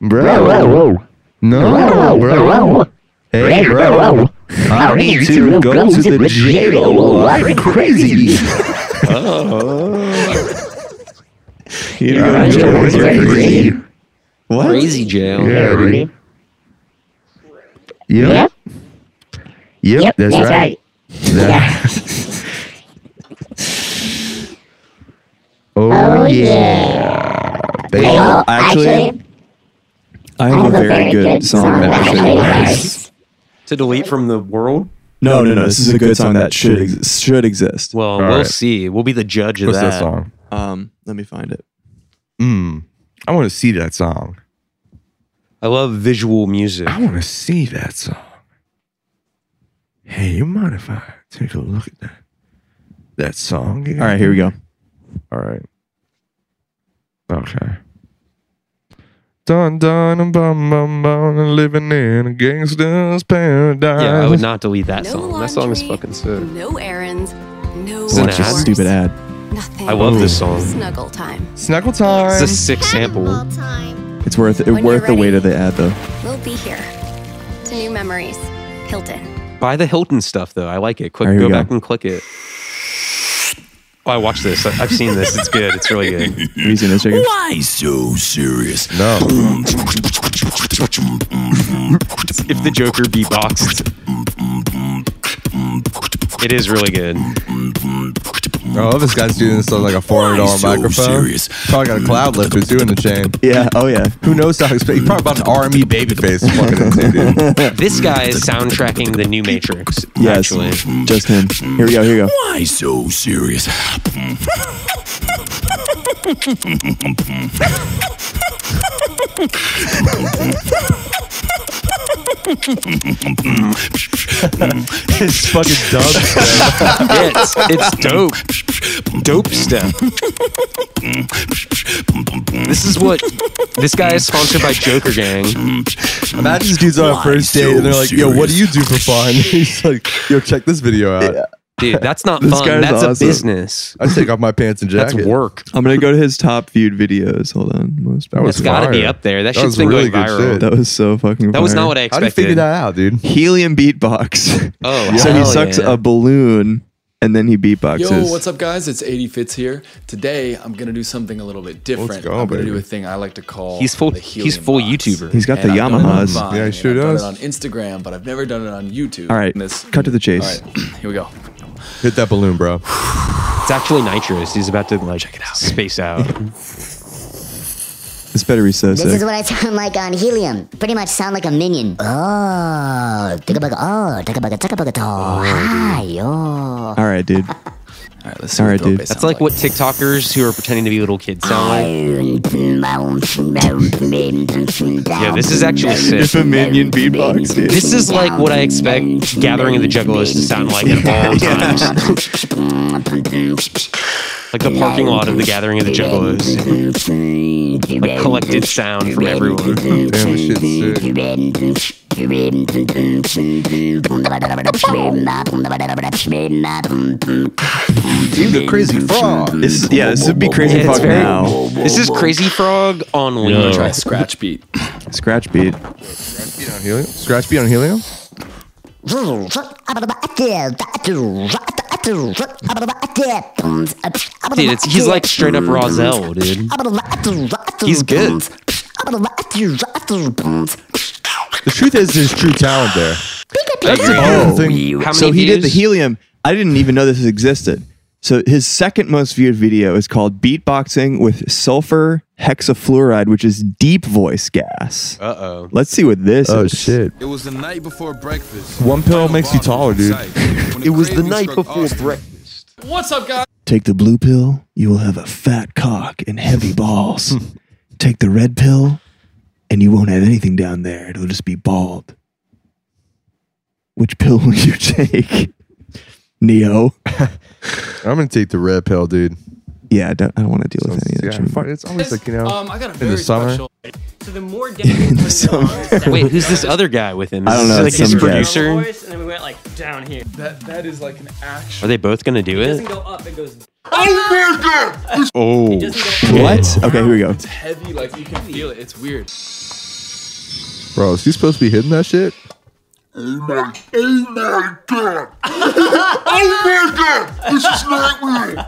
S1: Bro. No, bro. Hey, bro. I need to go to the jail. I'm crazy.
S2: You gotta go to jail. What?
S6: Crazy jail.
S1: Yep. Yep. Yep. That's right. That- Oh yeah. They all
S2: Actually, I have a very good song that actually exists.
S6: To delete from the world?
S2: No, no, no. This is a good song that should ex- should exist.
S6: Well,
S1: right.
S6: we'll see. We'll be the judge of
S1: What's
S6: that.
S1: that song?
S2: Um, let me find it.
S1: Mm. I want to see that song.
S6: I love visual music.
S1: I want to see that song. Hey, you mind if I take a look at that that song?
S2: All right, here we go.
S1: All right. Okay. Dun dun and bum bum bum and living in a gangster's paradise.
S6: Yeah, I would not delete that
S9: No
S6: song. That song is
S9: laundry.
S6: fucking sick.
S9: No errands, no
S6: an
S2: Watch this
S6: ad?
S9: chores,
S2: stupid ad.
S9: Nothing.
S6: I love this song.
S9: Snuggle time.
S1: Snuggle time.
S6: It's a sick sample.
S2: It's worth it.
S9: When you're
S2: Worth the
S9: ready.
S2: weight of the ad, though.
S9: We'll be here. To new memories. Hilton.
S6: Buy the Hilton stuff though. I like
S2: All
S6: it.
S2: right,
S6: Click,
S2: here
S6: go
S2: we go.
S6: back and click it. Oh, I watched this. I- I've seen this. It's good. It's really good.
S2: Have you seen this, Jacob?
S1: no.
S6: If the Joker beatboxed, it is really good.
S1: Oh, this guy's doing this on like a four hundred dollar microphone. Probably got a cloud lifter too in the chain.
S2: Yeah. Oh yeah.
S1: Who knows how expensive? He probably bought an RME baby face. Fucking into, dude.
S6: This guy is soundtracking the new Matrix.
S2: Yes.
S6: Actually,
S2: Just him. Here we go. Here we go.
S10: Why so serious?
S1: It's <laughs> fucking dumb.
S6: yeah, it's, it's dope. Dope step. This is what this guy is sponsored by Joker Gang.
S1: Imagine these dudes on a
S10: Why
S1: first date and they're
S10: so
S1: like, "Yo, what do you do for fun?" <laughs> He's like, "Yo, check this video out."
S6: Dude, that's not
S2: This
S6: fun.
S2: guy's
S6: That's
S2: awesome.
S6: a business.
S1: I take off my pants and
S6: That's
S1: jacket.
S6: work.
S2: I'm gonna go to his top viewed videos. Hold on. Most
S1: That was
S6: It's got to be
S1: fire.
S6: up there. That,
S1: That
S6: shit's
S1: was
S6: been
S1: really
S6: going
S1: good
S6: viral.
S1: shit.
S2: <laughs> That was so fucking.
S6: That was
S2: fire.
S6: not what I
S1: How do
S6: expected.
S1: you figure that out, dude?
S2: Helium beatbox. <laughs>
S6: Oh,
S2: so he
S6: hell
S2: sucks
S6: yeah.
S2: a balloon and then he beatboxes.
S5: Yo, what's up, guys? It's 80 Fitz here. Today, I'm gonna do something a little bit different.
S1: Let's go,
S5: I'm gonna
S1: baby.
S5: do a thing I like to call
S6: He's full.
S5: the
S6: He's
S5: helium
S6: full
S5: box.
S6: YouTuber.
S2: He's got the
S5: And I've done it on
S2: Yamaha's.
S5: Vine,
S1: Yeah, he
S5: and
S1: sure
S5: I've
S1: does.
S5: Done it on Instagram, but I've never done it on YouTube.
S2: All right,
S5: And this-
S2: cut to the
S5: All
S2: chase.
S5: right, here we go.
S1: Hit that balloon, <sighs> bro.
S6: It's actually nitrous. He's about to like check it out. Space
S1: <laughs>
S6: out.
S2: This better be so
S11: This is
S2: sick.
S11: what I sound like on helium. Pretty much sound like a minion. Oh, digga bugga, oh, digga bugga, digga bugga, oh, hi, yo.
S2: All right, dude.
S5: All right, let's see
S2: All
S5: what
S2: right,
S5: the dope
S2: dude.
S5: bass
S6: That's
S5: sounds
S6: like what TikTokers who are pretending to be little kids sound like.
S11: Yeah,
S6: Yeah, this is actually sick.
S2: If a minion beatbox, dude.
S6: This is like what I expect Gathering of the Juggalos to sound like at all <laughs> times. Like the parking lot of the Gathering of the Juggalos. Like collected sound from everyone.
S1: Damn, this shit's sick. He's a crazy frog.
S2: This is, yeah, this would be crazy
S6: Yeah, it's
S2: fuck
S6: very-
S2: now.
S6: This is Crazy Frog on
S5: like. Try a
S6: Wheels.
S5: scratch beat.
S2: Scratch beat.
S1: Beat on helium. Scratch beat on helium.
S6: Dude, it's, he's like straight up Roselle, dude. He's good.
S1: The truth is, there's true talent there.
S6: That's
S1: Oh, thing.
S6: How many
S2: So he did the
S6: views?
S2: helium. I didn't even know this existed. So his second most viewed video is called Beatboxing with Sulfur Hexafluoride, which is deep voice gas.
S6: Uh oh.
S2: Let's see what this
S1: Oh
S2: is.
S1: shit.
S5: It was the night before breakfast.
S1: One pill makes you taller, dude.
S5: it was the night before breakfast. What's up, guys?
S2: Take the blue pill, you will have a fat cock and heavy
S6: <laughs>
S2: balls. Take the red pill, and you won't have anything down there. It'll just be bald. Which pill <laughs> will you take? Neo.
S1: I'm gonna take the red pill, dude.
S2: Yeah, I don't, I don't want to deal with any
S1: It's,
S2: of
S1: yeah,
S2: that. <laughs>
S1: fuck,
S2: shit.
S1: it's always like you know,
S5: Um, I got a
S1: in
S5: very
S1: the summer.
S5: special.
S12: So the more down
S2: the summer.
S6: Wait, who's this other guy with him?
S2: I don't
S6: Is this
S2: know,
S6: Like
S2: it's
S6: his
S2: some guy.
S6: producer.
S12: voice, and then we went like down here.
S5: That that is like an action.
S6: Are they both gonna do
S12: It doesn't
S6: it?
S12: go up. It goes. doesn't
S6: Oh,
S12: go-
S6: shit.
S2: What? Okay, here we go.
S5: It's heavy, like you can feel it. It's weird.
S1: bro. Is he supposed to be hitting that shit?
S13: Oh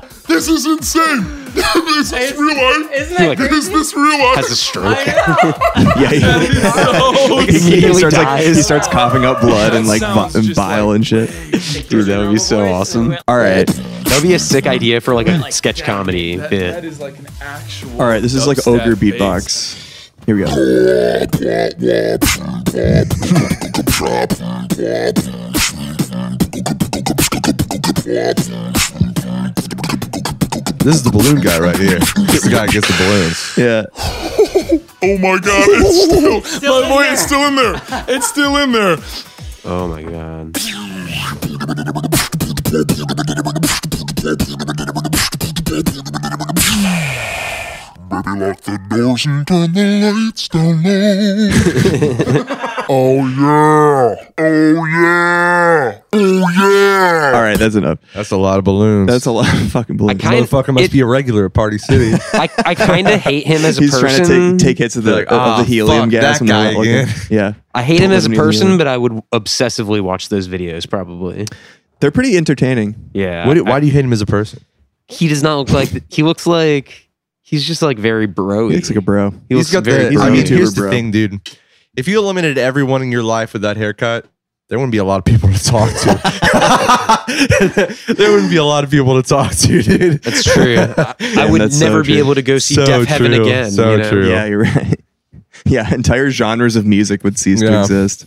S12: <laughs>
S13: Oh <laughs>
S12: It's real life. Isn't that
S6: like-
S12: crazy?
S6: Has a stroke.
S2: Yeah, <laughs> he, he,
S6: immediately
S2: starts like he
S6: dies.
S2: starts coughing up blood and like
S5: sounds
S2: vi- and
S5: just
S2: bile
S5: like-
S2: and shit. Dude, that would be so
S12: Voice, and
S2: awesome.
S12: we went
S2: All right,
S6: That would be a sick idea for like a
S12: Like,
S6: sketch
S12: yeah.
S6: comedy
S5: That, that
S6: bit.
S5: is like an actual.
S2: all right. This is like
S5: dubstep
S2: ogre
S5: bass.
S2: beatbox. Here we go.
S1: This is the balloon guy right <laughs> here. This guy gets the balloons.
S2: Yeah.
S4: Oh my god, it's still, my boy, it's still in there. It's still in there.
S6: Oh my god.
S4: Baby, lock the doors and turn the lights down low. <laughs> oh yeah. Oh yeah. Oh yeah.
S2: All right, that's enough.
S1: That's a lot of balloons.
S2: That's a lot of fucking balloons.
S6: kinda-
S1: Motherfucker must
S6: It-
S1: be a regular at Party City.
S6: I, I kind of hate him as a
S2: He's
S6: person.
S2: trying to take, take hits of the,
S1: Like,
S2: of
S1: ah,
S2: the
S1: fuck
S2: helium gas.
S1: that
S2: and they're
S1: guy
S2: not looking.
S1: again.
S2: Yeah.
S6: I hate him
S2: Don't
S6: as a
S2: listen to him
S6: person,
S2: either.
S6: but I would obsessively watch those videos probably.
S2: They're pretty entertaining.
S1: <laughs>
S6: Yeah.
S1: What do- why do you hate him as a person?
S6: he does not look like he looks like he's just like very bro.
S2: He looks like a bro.
S6: He looks very.
S1: the. I
S6: bro-y.
S1: mean,
S2: YouTuber,
S1: here's
S2: bro.
S1: the thing, dude. If you eliminated everyone in your life with that haircut, there wouldn't be a lot of people to <laughs> talk to. there wouldn't be a lot of people to talk to, dude.
S6: That's
S1: <laughs>
S6: true. I, I would
S2: that's so
S6: never be
S2: true.
S6: able to go see
S1: So
S6: Deaf Heaven
S1: true.
S6: again.
S1: So
S6: you know?
S1: true.
S2: Yeah, you're <laughs> right. Yeah, entire genres of music would cease to
S1: Yeah.
S2: exist.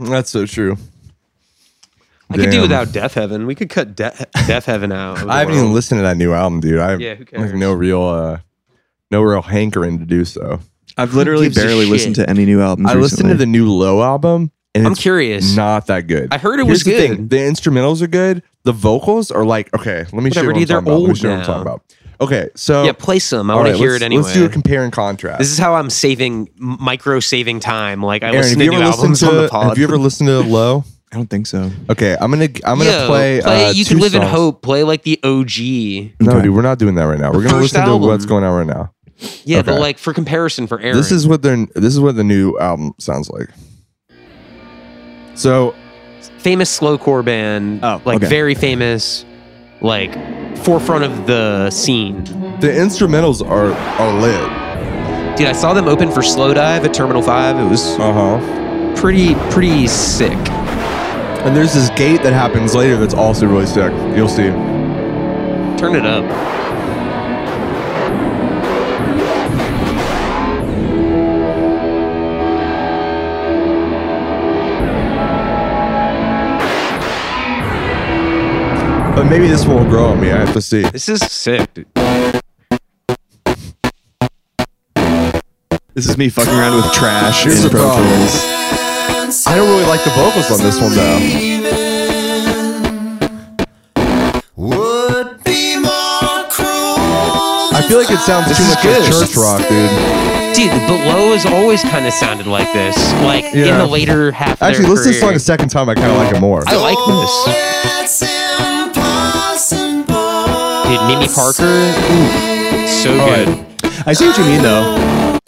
S1: That's so true.
S6: I could do
S1: Damn.
S6: without Deaf Heaven. We could cut De- Deaf Heaven out. of the
S1: I haven't
S6: world.
S1: even listened to that new album, dude. I have
S6: Yeah, who
S1: like
S6: cares?
S1: no real, uh, no real hankering to do so.
S2: I've literally
S6: gives a
S2: barely
S6: shit?
S2: listened to any new albums.
S1: I listened to the
S2: recently.
S1: new Low album, and
S6: I'm
S1: it's
S6: curious.
S1: not that good.
S6: I heard it
S1: Here's
S6: was
S1: the
S6: good.
S1: thing, The instrumentals are good. The vocals are like okay. Let me show you
S6: Whatever,
S1: what I'm talking
S6: dude, they're
S1: about. Let me
S6: old
S1: show you what I'm
S6: now.
S1: talking about. Okay, so
S6: yeah, play some. I
S1: Oh. all
S6: want
S1: right,
S6: to hear
S1: let's-
S6: it anyway.
S1: Let's do a compare and contrast.
S6: this is how I'm saving micro saving time. Like I
S1: Aaron,
S6: listen
S1: have
S6: to
S1: you
S6: new
S1: ever listened
S6: albums
S1: to?
S6: on the pod.
S1: Have you ever listened to Low?
S2: I don't think so.
S1: Okay, I'm gonna I'm gonna
S6: Yo,
S1: play. uh,
S6: you
S1: two
S6: can live in
S1: songs.
S6: hope. Play like the OG.
S1: No,
S2: Okay.
S1: dude, we're not doing that right now. We're gonna
S6: first
S1: listen to what's
S6: album.
S1: going on right now.
S6: Yeah, but
S1: Okay.
S6: like for comparison for Aaron.
S1: This is what their this is what the new album sounds like. So
S6: famous slowcore band.
S2: Oh,
S6: like
S2: okay.
S6: very famous, like forefront of the scene.
S1: the instrumentals are are lit.
S6: Dude, I saw them open for Slow Dive at Terminal Five. It was
S1: Uh huh.
S6: pretty pretty sick.
S1: And there's this gate that happens later that's also really sick. You'll see.
S6: Turn it up.
S1: But maybe this one will grow on me. I have to see.
S6: This is sick. Dude.
S2: This is me fucking around with trash
S1: Here's
S2: in
S1: the
S2: Pro
S1: problem.
S2: Tools.
S1: I don't really like the vocals on this one though. I feel like it sounds too
S6: is
S1: much
S6: good.
S1: like church rock, dude.
S6: Dude, the below has always kind of sounded like this. Like in
S1: Yeah.
S6: the later half. of their
S1: Actually, listen to this song
S6: career.
S1: a second time. I kind of like it more.
S6: I like
S1: Oh,
S6: this. Dude, Mimi Parker, ooh, so good.
S2: I see what you mean though.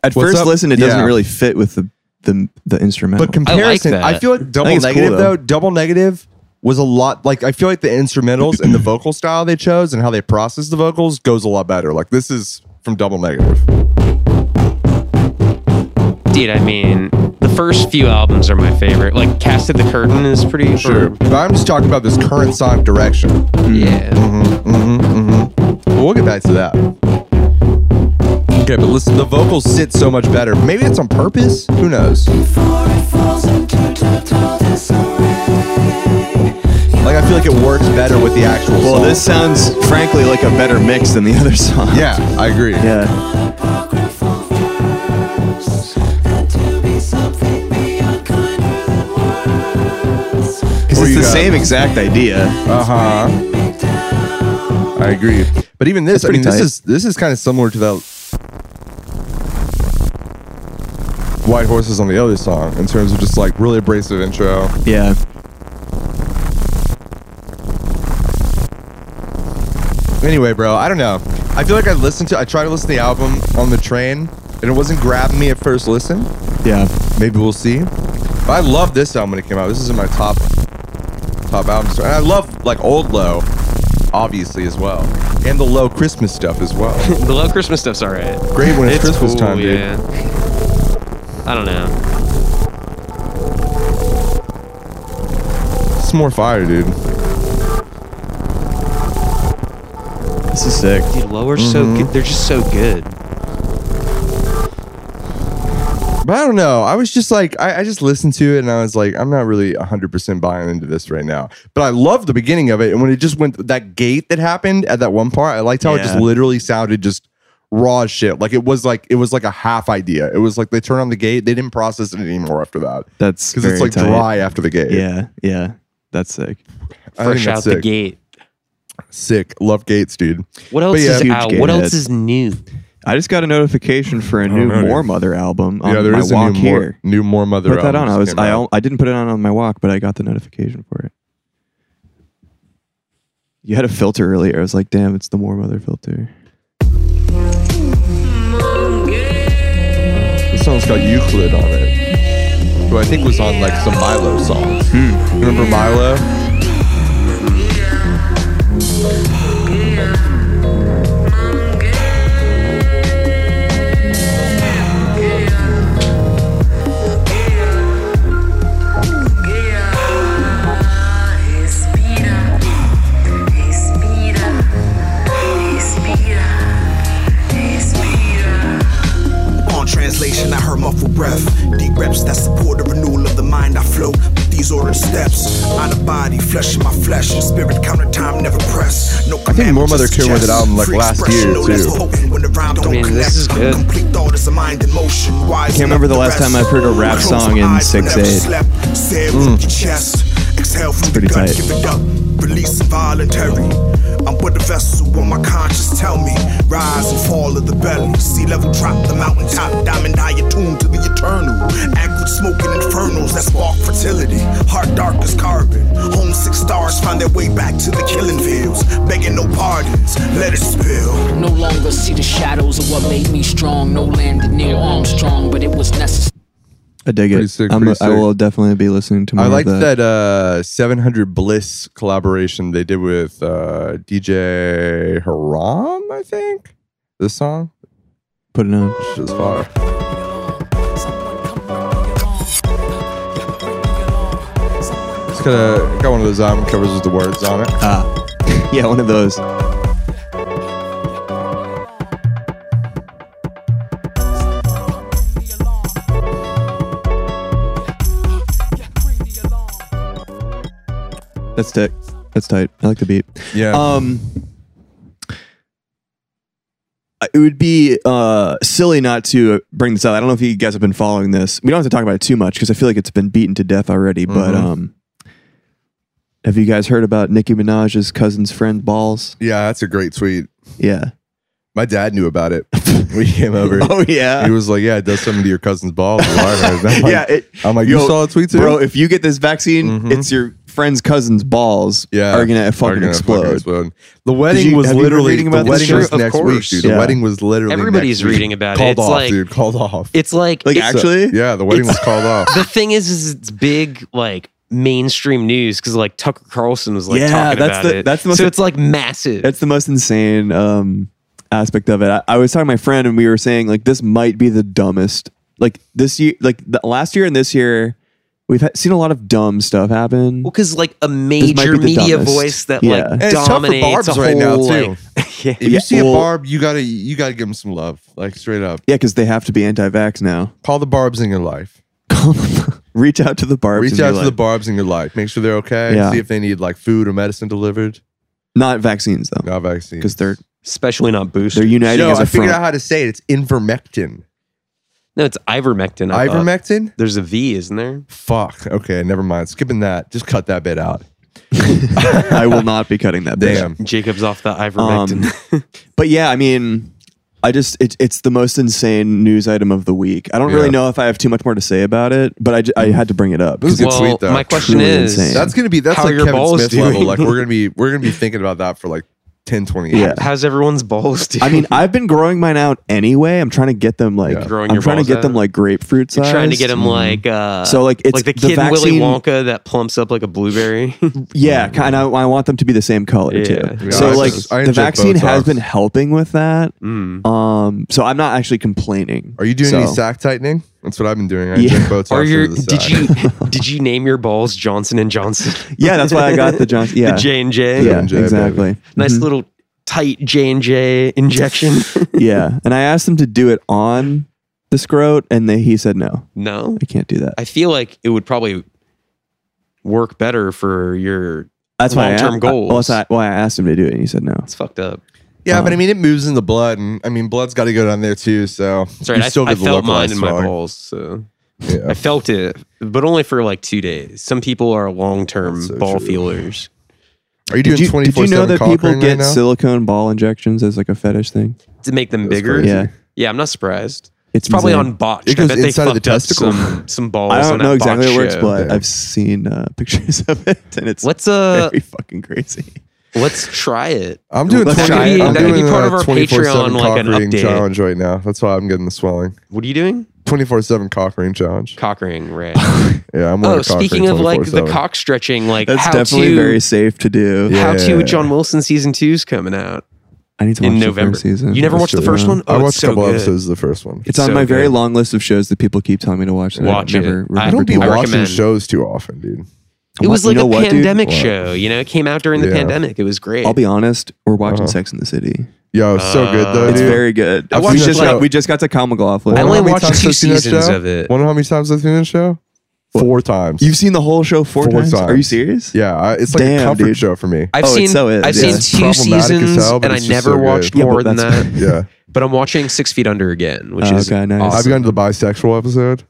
S2: At
S1: What's
S2: first
S1: up?
S2: listen, it doesn't
S1: Yeah.
S2: really fit with the the the instrumental.
S1: But comparison, I,
S6: that.
S1: feel like double
S2: think it's
S1: negative
S2: cool,
S1: though.
S2: though.
S1: Double negative was a lot. Like I feel like the instrumentals and the vocal style they chose and how they process the vocals goes a lot better. Like this is from double negative.
S6: Dude, I mean, the first few albums are my favorite. Like Casted the Curtain is pretty
S1: Sure. But I'm just talking about this current sonic direction.
S6: Yeah.
S1: Mm-hmm, mm-hmm, mm-hmm. But we'll get back to that. Okay, but listen, the vocals sit so much better. Maybe it's on purpose. Who knows? Like I feel like it works better with the actual.
S2: Well,
S1: song.
S2: this sounds frankly like a better mix than the other <laughs> song.
S1: Yeah, I agree.
S2: Yeah. Because
S1: Or
S2: it's
S1: you
S2: the
S1: got-
S2: same exact idea.
S1: Uh huh. I agree. But even this,
S2: That's
S1: I mean,
S2: pretty
S1: this
S2: tight.
S1: is this is kind of similar to the White Horses on the other song in terms of just like really abrasive intro.
S2: Yeah.
S1: Anyway, bro, I don't know. I feel like I listened to I tried to listen to the album on the train and it wasn't grabbing me at first listen.
S2: Yeah.
S1: Maybe we'll see. But I love this album when it came out. This is in my top top albums. And I love like old low, obviously as well. And the low Christmas stuff as well.
S6: the low Christmas stuff's alright.
S1: Great when it's Christmas time, dude.
S6: Yeah. I don't know.
S1: It's more fire, dude.
S2: This is sick.
S6: Dude, lower so
S1: Mhm.
S6: good. They're just so good.
S1: But I don't know. I was just like, I, I just listened to it and I was like, I'm not really 100% buying into this right now. But I love the beginning of it. And when it just went, that gate that happened at that one part, I liked how it just
S2: Yeah.
S1: literally sounded just raw as shit. Like it was like, it was like a half idea. It was like they turned on the gate, they didn't process it anymore after that.
S2: That's
S1: Because it's
S2: very
S1: like
S2: tight.
S1: dry after the gate.
S2: Yeah. Yeah. That's sick.
S1: I think
S6: Fresh out
S1: that's
S6: the
S1: sick.
S6: gate.
S1: Sick. Love gates, dude.
S6: What
S1: But
S6: else
S1: yeah.
S6: is
S2: Huge
S6: out?
S2: gate
S6: What else
S2: ahead.
S6: is new?
S2: I just got a notification for a
S1: don't
S2: new
S1: know, dude.
S2: More Mother album on
S1: Yeah, there
S2: my
S1: is a
S2: walk
S1: new
S2: here.
S1: more, new more mother.
S2: Put that
S1: album
S2: on. I
S1: just
S2: was
S1: came
S2: I,
S1: out.
S2: al- I didn't put it on on my walk, but I got the notification for it. You had a filter earlier. I was like, damn, it's the More Mother filter.
S1: This song's got Euclid on it, who I think was on like some Milo songs. Remember Milo?
S13: On translation, I heard muffled breath. Deep reps that support the renewal of the mind. I flow with these ordered steps. Out of body, flesh in my flesh. Spirit counter time, never press. No
S1: I think More Mother
S13: just
S1: came with an
S13: suggest.
S1: album like
S13: Free
S1: last
S13: expression,
S1: year
S13: no less
S1: too.
S13: potent when the rhyme don't
S6: mean, this
S13: connect.
S6: is good.
S13: Complete thought is a mind in motion. Wise
S2: Can't remember the
S13: enough
S2: last
S13: to
S2: time I
S13: rest.
S2: heard a rap
S13: Close
S2: song
S13: my
S2: in
S13: eyes when
S2: 6'8".
S13: never slept. Say it with your chest. Exhale from the
S2: Mm. pretty
S13: gut,
S2: tight.
S13: give it up. Release involuntary. I'm but the vessel on my conscience. Tell me, rise and fall of the belly. Sea level drop the mountain top. Diamond high attuned to the eternal. Acrid smoking infernos that spark fertility. Heart dark as carbon. Homesick stars find their way back to the killing fields. Begging no pardons. Let it spill.
S14: No longer see the shadows of what made me strong. No landed near Armstrong, but it was necessary.
S2: I dig
S1: Pretty
S2: it.
S1: sick,
S2: I'm-
S1: pretty
S2: I
S1: sick.
S2: will definitely be listening to more
S1: I
S2: of
S1: liked
S2: that.
S1: that uh, 700 Bliss collaboration they did with uh, DJ Haram, I think. This song?
S2: Put it on.
S1: Shit is fire. It's got, a, got one of those album covers with the words on it.
S2: Ah. <laughs> yeah, one of those. That's tight. That's tight. I like the beat.
S1: Yeah.
S2: Um I- it would be uh, silly not to bring this up. I don't know if you guys have been following this. We don't have to talk about it too much because I feel like it's been beaten to death already. But
S1: Mhm.
S2: um, have you guys heard about Nicki Minaj's cousin's friend balls?
S1: Yeah, that's a great tweet.
S2: Yeah.
S1: My dad knew about it. <laughs> We came over.
S2: <laughs> Oh, <laughs> yeah.
S1: He was like, "Yeah, it does something to your cousin's balls." Well, I heard. I'm like,
S2: yeah. it-
S1: I'm like,
S2: yo,
S1: "You saw a tweet too,
S2: bro. If you get this vaccine, it's your friend's cousin's balls
S1: yeah,
S2: Mm-hmm. are gonna
S1: Are
S2: fucking
S1: gonna
S2: explode.
S1: The wedding
S2: you-
S1: was
S2: have you been
S1: literally
S2: reading
S1: the
S2: about this
S1: wedding
S2: shit?
S1: was
S6: Of
S1: next week,
S6: course.
S1: dude.
S2: Yeah.
S1: The wedding was literally next
S6: Everybody's
S1: week.
S6: reading about it.
S1: Called
S6: It's
S1: off,
S6: like-
S1: dude. Called off.
S6: It's like
S2: Like
S6: it's-
S2: actually,
S1: yeah, the wedding was called off.
S6: the thing is, is it's big like mainstream news because like Tucker Carlson was like
S2: Yeah,
S6: talking
S2: that's
S6: about
S2: the-
S6: it.
S2: that's the most-
S6: so it's like massive.
S2: That's the most insane um, aspect of it. I, I was talking to my friend, and we were saying like this might be the dumbest Like this year, like the last year and this year, we've ha- seen a lot of dumb stuff happen. Well,
S6: because like a major media voice that like
S1: And it's tough for
S6: dominates
S1: barbs
S6: a
S1: right now
S6: whole,
S1: too.
S6: like- <laughs> Yeah.
S1: If you see a
S2: Well-
S1: barb, you gotta you gotta give them some love, like straight up.
S2: yeah, because they have to be
S1: <laughs>
S2: anti-vax now.
S1: Call the barbs in your life.
S2: Reach out to the barbs.
S1: Reach
S2: and be
S1: out to
S2: like,
S1: the barbs in your life. Make sure they're okay.
S2: Yeah.
S1: See if they need like food or medicine delivered.
S2: not vaccines though,
S1: Not vaccines.
S2: because they're
S6: especially not boosters.
S2: they're uniting
S1: Yo,
S2: as a
S1: I figured
S2: front.
S1: out how to say it. It's invermectin.
S6: No, it's ivermectin. I thought.
S1: Ivermectin?
S6: There's a V, isn't there?
S1: Fuck. Okay, never mind. Skipping that. Just cut that bit out.
S2: <laughs> I will not be cutting that. bitch.
S1: Damn.
S6: Jacob's off the
S2: Um,
S6: ivermectin. <laughs>
S2: but yeah, I mean, I just it, it's the most insane news item of the week. I don't really
S1: Yeah. Mm.
S2: know if I have too much more to say about it, but I, j- I had to bring it up.
S1: This is a good
S6: Well,
S1: tweet though.
S6: my question
S2: Truly
S6: is,
S2: insane.
S1: that's gonna be that's
S6: How are
S1: like
S6: your
S1: Kevin
S6: balls
S1: Smith
S6: doing?
S1: level. Like we're gonna be we're
S6: <laughs>
S1: gonna be thinking about that for like 10, 20 years.
S2: Yeah.
S6: How's everyone's balls <laughs> doing?
S2: I mean, I've been growing mine out anyway. I'm trying to get them like
S6: Growing
S2: I'm
S6: your
S2: trying to
S6: balls
S2: get them
S6: out?
S2: like grapefruit
S6: You're
S2: size.
S6: trying to get him like uh,
S2: mm. So, like, it's
S6: like the
S2: the
S6: kid Willy
S2: vaccine-
S6: Wonka that plumps up like a blueberry. <laughs>
S2: Mm. Yeah, kind of. I want them to be the same color
S6: Yeah.
S2: too.
S6: Yeah,
S2: so
S6: I
S2: like
S1: just- I
S2: the
S1: inject
S2: vaccine has
S1: Botox.
S2: been helping with that.
S6: Mm.
S2: Um, so I'm not actually complaining.
S1: Are you doing
S2: so,
S1: any sack tightening? That's what I've been doing. I
S2: Yeah.
S1: inject Botox
S6: Are your
S1: into the
S6: did
S1: sack.
S6: you <laughs> did you name your balls Johnson and Johnson?
S2: Yeah, that's why I got
S6: <laughs>
S2: the Johnson. Yeah,
S6: the J and J.
S2: yeah,
S1: J&J, baby.
S2: exactly.
S6: nice little tight J and J injection.
S2: <laughs> yeah, and I asked him to do it on the scrote, and they, he said no,
S6: <laughs> no,
S2: I can't do that.
S6: I feel like it would probably work better for your
S2: That's why I-
S6: long-term
S2: I-
S6: goals.
S2: well, that's why I, why I asked him to do it, and he said no.
S6: it's fucked up.
S1: Yeah,
S6: um,
S1: but I mean, it moves in the blood, and I mean, blood's got to go down there too. So
S6: That's right.
S1: you
S6: I,
S1: still
S6: I
S1: get the
S6: felt mine
S1: localized
S6: in my
S1: swelling.
S6: balls, so
S1: Yeah.
S6: I felt it, but only for like two days. Some people are long-term ball feelers.
S1: Are you doing
S2: Did you,
S1: twenty
S2: did you
S1: four
S2: know
S1: seven
S2: that
S1: cock
S2: people
S1: ring right
S2: get
S1: now?
S2: silicone ball injections as like a fetish thing?
S6: to make them bigger.
S1: crazy.
S2: Yeah.
S6: yeah, I'm not surprised.
S2: It's
S6: It's probably
S2: insane.
S6: on botched.
S1: It goes
S6: I bet they
S1: inside of the
S6: fucked up
S1: testicle.
S6: some,
S1: <laughs>
S6: some balls.
S2: I
S6: on
S2: don't
S6: that
S2: know exactly
S6: botched
S2: how it works,
S6: show.
S2: but
S1: Yeah.
S2: I've seen uh, <laughs> pictures of it, and it's
S6: let's uh,
S2: very fucking crazy.
S6: let's try it.
S1: I'm doing
S2: Let's
S1: 20,
S2: try it.
S1: I'm
S2: That could
S6: be
S1: doing
S6: part of
S1: a
S6: our
S1: 24/7
S6: Patreon, like,
S1: cock
S6: an
S1: ring
S6: update.
S1: challenge right now. That's why I'm getting the swelling.
S6: What are you doing?
S1: Twenty four seven cock ring challenge.
S6: Cock ring, right?
S1: Yeah, I'm. wearing
S6: <laughs> oh,
S1: a cock
S6: speaking
S1: ring
S6: of like the
S1: 24/7.
S6: cock stretching, like
S2: That's
S6: how
S2: definitely
S6: to
S2: very safe to do.
S6: how to
S1: Yeah.
S6: with John Wilson season two's coming out
S2: I need to watch
S6: in
S2: the
S6: November.
S2: first season.
S6: You never
S2: That's
S6: watched the
S2: true.
S6: first
S2: No.
S6: one? Oh,
S1: I
S6: it's
S1: watched a
S6: so
S1: couple
S6: good.
S1: episodes of the first one.
S2: It's on
S6: So
S2: my very
S6: good.
S2: long list of shows that people keep telling me to watch. that I
S6: Watch
S2: never
S6: it.
S2: remember
S1: I don't be
S2: to watch.
S1: watching
S6: recommend-
S1: shows too often, dude.
S6: It was
S2: You
S6: like
S2: know
S6: a
S2: what, dude?
S6: pandemic
S2: What?
S6: show. You know, it came out during the
S1: Yeah.
S6: pandemic. It was great.
S2: I'll be honest, we're watching
S1: Uh-huh.
S2: Sex in the City.
S1: Yo, it's so good though.
S2: It's
S1: dude.
S2: very good.
S1: I
S2: we
S1: watched
S2: just
S1: it,
S2: got,
S1: like-
S2: we just got to Kyle McLaughlin.
S6: I
S1: Wanna know
S6: only
S1: how many
S6: watched
S1: times
S6: two
S1: I've seen that
S6: seasons
S1: show?
S6: of it.
S1: Wanna know how many times I've seen this show? Four times.
S2: You've seen the whole show four,
S1: Four
S2: times? Are you
S1: times.
S2: serious?
S1: yeah, I, it's like
S2: Damn,
S1: a comfort
S2: dude.
S1: show for me.
S6: I've
S2: Oh, it
S6: seen
S2: so is,
S6: I've
S2: yeah.
S6: seen
S2: It's
S6: two
S1: problematic as
S6: seasons,
S1: hell, but
S6: and I
S1: it's just so
S6: never
S1: good.
S6: watched
S2: Yeah, but
S6: more than
S2: that's-
S6: that.
S2: <laughs>
S1: yeah,
S6: But I'm watching Six Feet Under again, which
S2: Oh,
S6: is
S2: okay, nice.
S1: I've
S6: <laughs> awesome.
S1: gone to the bisexual episode.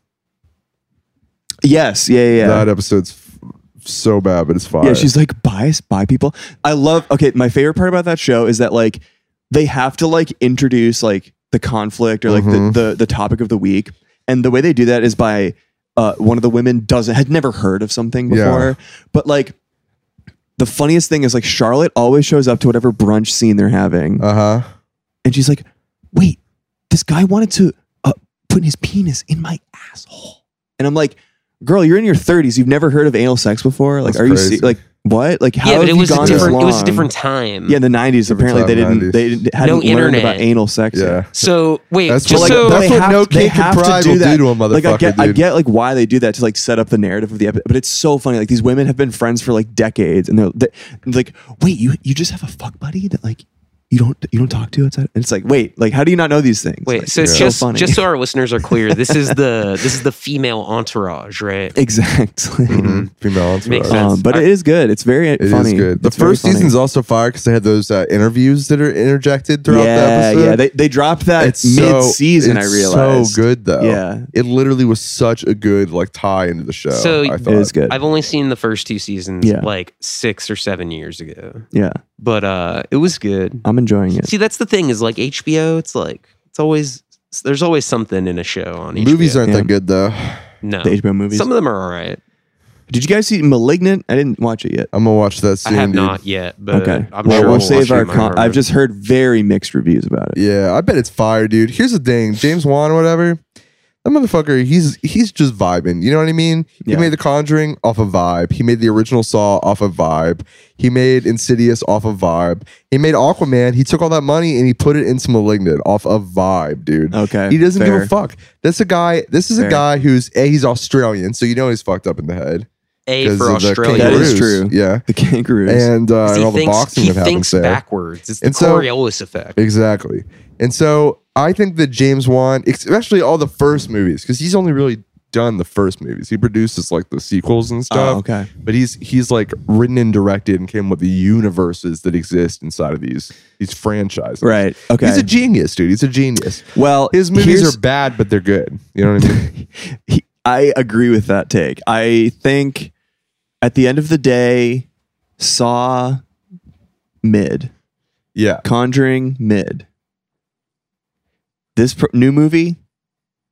S2: Yes. Yeah. Yeah.
S1: That
S2: yeah.
S1: episode's f- so bad, but it's fine.
S2: Yeah, she's like bi bi people. I love. Okay, my favorite part about that show is that like they have to like introduce like the conflict or like
S1: Mhm.
S2: the, the the topic of the week, and the way they do that is by uh, one of the women doesn't had never heard of something
S1: Yeah.
S2: before, but like the funniest thing is like Charlotte always shows up to whatever brunch scene they're having,
S1: uh huh.
S2: and she's like, "Wait, this guy wanted to uh, put his penis in my asshole," and I'm like, "Girl, you're in your 30s. You've never heard of anal sex before. Like,
S1: That's
S2: are you
S1: crazy.
S2: se- like what? Like how
S6: yeah,
S2: have
S6: but it
S2: you
S6: was a
S2: gone this
S6: different. It was a
S2: long?
S6: different time.
S2: Yeah, in the 90s.
S1: Different
S2: Apparently, they
S1: time,
S2: didn't. They
S1: 90s.
S2: didn't- hadn't
S6: No
S2: learned
S6: internet.
S2: about anal sex. yet.
S1: Yeah.
S6: So wait,
S1: That's
S6: just
S1: what-
S6: so
S1: that's
S2: They
S1: what
S2: have
S1: no
S2: to- they
S1: kid can
S2: have to
S1: pride
S2: do
S1: will do
S2: that.
S1: to a
S2: Like I
S1: motherfucker,
S2: get, I
S1: dude.
S2: get like why they do that to like set up the narrative of the episode, but it's so funny. Like these women have been friends for like decades, and they're, they like, "Wait, you you just have a fuck buddy that like you don't you don't talk to outside?" And it's like, wait, like how do you not know these things?
S6: wait,
S2: Like,
S6: so
S2: it's
S6: just
S2: so funny. <laughs>
S6: just so our listeners are clear, this is the this is the female entourage, right?
S2: exactly.
S1: Mhm. Female entourage.
S6: Makes sense.
S2: Um, but it is good. It's very
S1: It is
S2: funny.
S1: good. The
S2: It's very
S1: first
S2: funny.
S1: season's also fire because they had those uh, interviews that are interjected throughout
S2: yeah,
S1: the episode.
S2: yeah. They they dropped that
S1: Uh, it's
S2: mid season.
S1: So,
S2: I
S1: it's
S2: realized.
S1: so good though.
S2: Yeah.
S1: it literally was such a good like tie into the show.
S6: So-
S1: I
S6: It
S1: thought.
S2: It is good.
S6: I've only seen the first two seasons
S2: Yeah.
S6: like six or seven years ago,
S2: yeah,
S6: but uh, it was good.
S2: I'm enjoying it.
S6: See, that's the thing is like HBO. It's like it's always there's always something in a show on HBO.
S1: Movies aren't
S2: Yeah.
S1: that good though.
S6: no
S2: The HBO movies.
S6: Some of them are all right.
S2: Did you guys see *Malignant*? I didn't watch it yet.
S1: I'm gonna watch that
S6: I
S1: soon.
S6: have
S1: dude.
S6: not yet, but
S2: okay,
S6: Uh, I'm
S2: well,
S6: sure
S2: we'll
S6: we'll
S2: save
S6: watch it
S2: our.
S6: in my
S2: Con-
S6: armor.
S2: I've just heard very mixed reviews about it.
S1: Yeah, I bet it's fire, dude. Here's the thing, James Wan or whatever. That that motherfucker, he's he's just vibing. You know what I mean? He
S2: Yeah.
S1: made The Conjuring off a of vibe. He made the original Saw off a of vibe. He made Insidious off a of vibe. He made Aquaman. He took all that money and he put it into Malignant off a of vibe, dude.
S2: Okay,
S1: He doesn't give
S2: fair.
S1: a fuck. That's a guy. This is
S2: Fair.
S1: a guy who's a he's Australian, so you know he's fucked up in the head.
S6: A
S1: 'Cause
S6: for
S1: of the
S6: Australia.
S2: That is
S1: kangaroos.
S2: true.
S1: Yeah.
S2: The kangaroos.
S1: And, uh,
S6: 'Cause
S1: and
S6: he
S1: all the
S6: thinks,
S1: boxing
S6: he
S1: that happens
S6: thinks
S1: there.
S6: backwards. It's the
S1: And so-
S6: Coriolis effect.
S1: Exactly. And so I think that James Wan, especially all the first movies, because he's only really done the first movies. He produces like the sequels and stuff.
S2: Oh, okay.
S1: But he's he's like written and directed and came up with the universes that exist inside of these these franchises.
S2: Right. Okay.
S1: He's a genius, dude. He's a genius.
S2: Well,
S1: His movies
S2: here's-
S1: are bad, but they're good. You know what I
S2: <laughs>
S1: mean?
S2: He- I agree with that take. I think at the end of the day, Saw mid,
S1: yeah.
S2: Conjuring mid. This pr- new movie,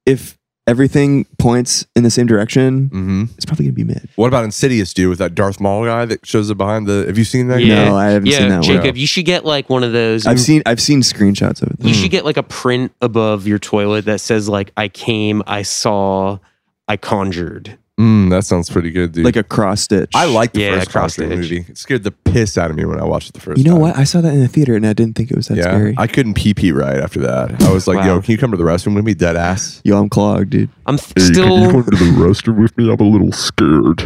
S2: if everything points in the same direction, it's probably gonna be mid.
S1: Mm-hmm. What about Insidious, dude, with that Darth Maul guy that shows up behind the? Have you seen that?
S2: No, I haven't
S6: yeah,
S2: seen that
S6: Jacob,
S2: one.
S6: you should get like one of those.
S2: I've seen I've seen screenshots of it.
S1: Hmm.
S6: You should get like a print above your toilet that says like I came, I saw, I conjured.
S1: Mm, that sounds pretty good, dude.
S2: Like a cross stitch.
S1: I like the
S6: Yeah,
S1: first Conjuring movie. It scared the piss out of me when I watched it the first.
S2: You know
S1: time.
S2: what? I saw that in the theater and I didn't think it was that
S1: yeah,
S2: scary.
S1: I couldn't pee pee right after that. I was like, "Yo,
S2: Wow.
S1: can you come to the restroom with me, dead ass?"
S2: Yo, I'm clogged, dude.
S6: I'm th- still,
S1: to the restroom with me? I'm a little scared.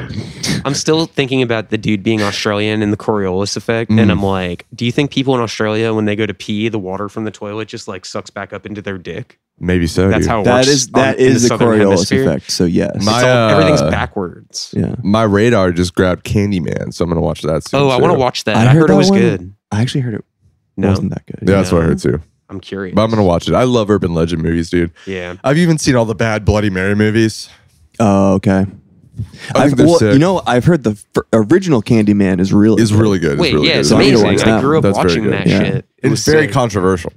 S6: <laughs> I'm still thinking about the dude being Australian and the Coriolis effect, and
S1: Hmm.
S6: I'm like, do you think people in Australia, when they go to pee, the water from the toilet just like sucks back up into their dick?
S1: Maybe so. Oh,
S6: That's
S1: dude.
S6: how it
S2: That
S6: works
S2: is
S6: on-
S2: that
S6: in
S2: is the
S6: southern
S2: Coriolis
S6: hemisphere.
S2: effect. So yes.
S1: My,
S6: It's all- everything's
S1: uh,
S6: backwards.
S2: yeah.
S1: My radar just grabbed Candyman, so I'm gonna watch that soon.
S6: Oh, I
S1: too.
S6: want to watch that. I, heard, it
S2: that
S6: was
S2: one-
S6: good.
S2: I actually heard it
S6: No?
S2: wasn't that good.
S1: Yeah, that's what I heard too.
S6: I'm curious.
S1: But I'm gonna watch it. I love urban legend movies, dude.
S6: yeah.
S1: I've even seen all the bad Bloody Mary movies.
S2: Oh,
S1: I
S2: okay. I've,
S1: think they're
S2: well,
S1: sick.
S2: you know, I've heard the f- original Candyman is really
S1: It's
S2: good.
S1: really good.
S6: Wait,
S1: it's really
S6: yeah,
S1: good.
S6: it's
S2: So I need to
S6: amazing.
S2: watch
S6: I
S2: that.
S6: grew up
S1: That's very
S6: watching
S1: good.
S6: that
S2: Yeah.
S6: shit. It
S1: It's
S6: was
S1: very
S6: sick.
S1: controversial.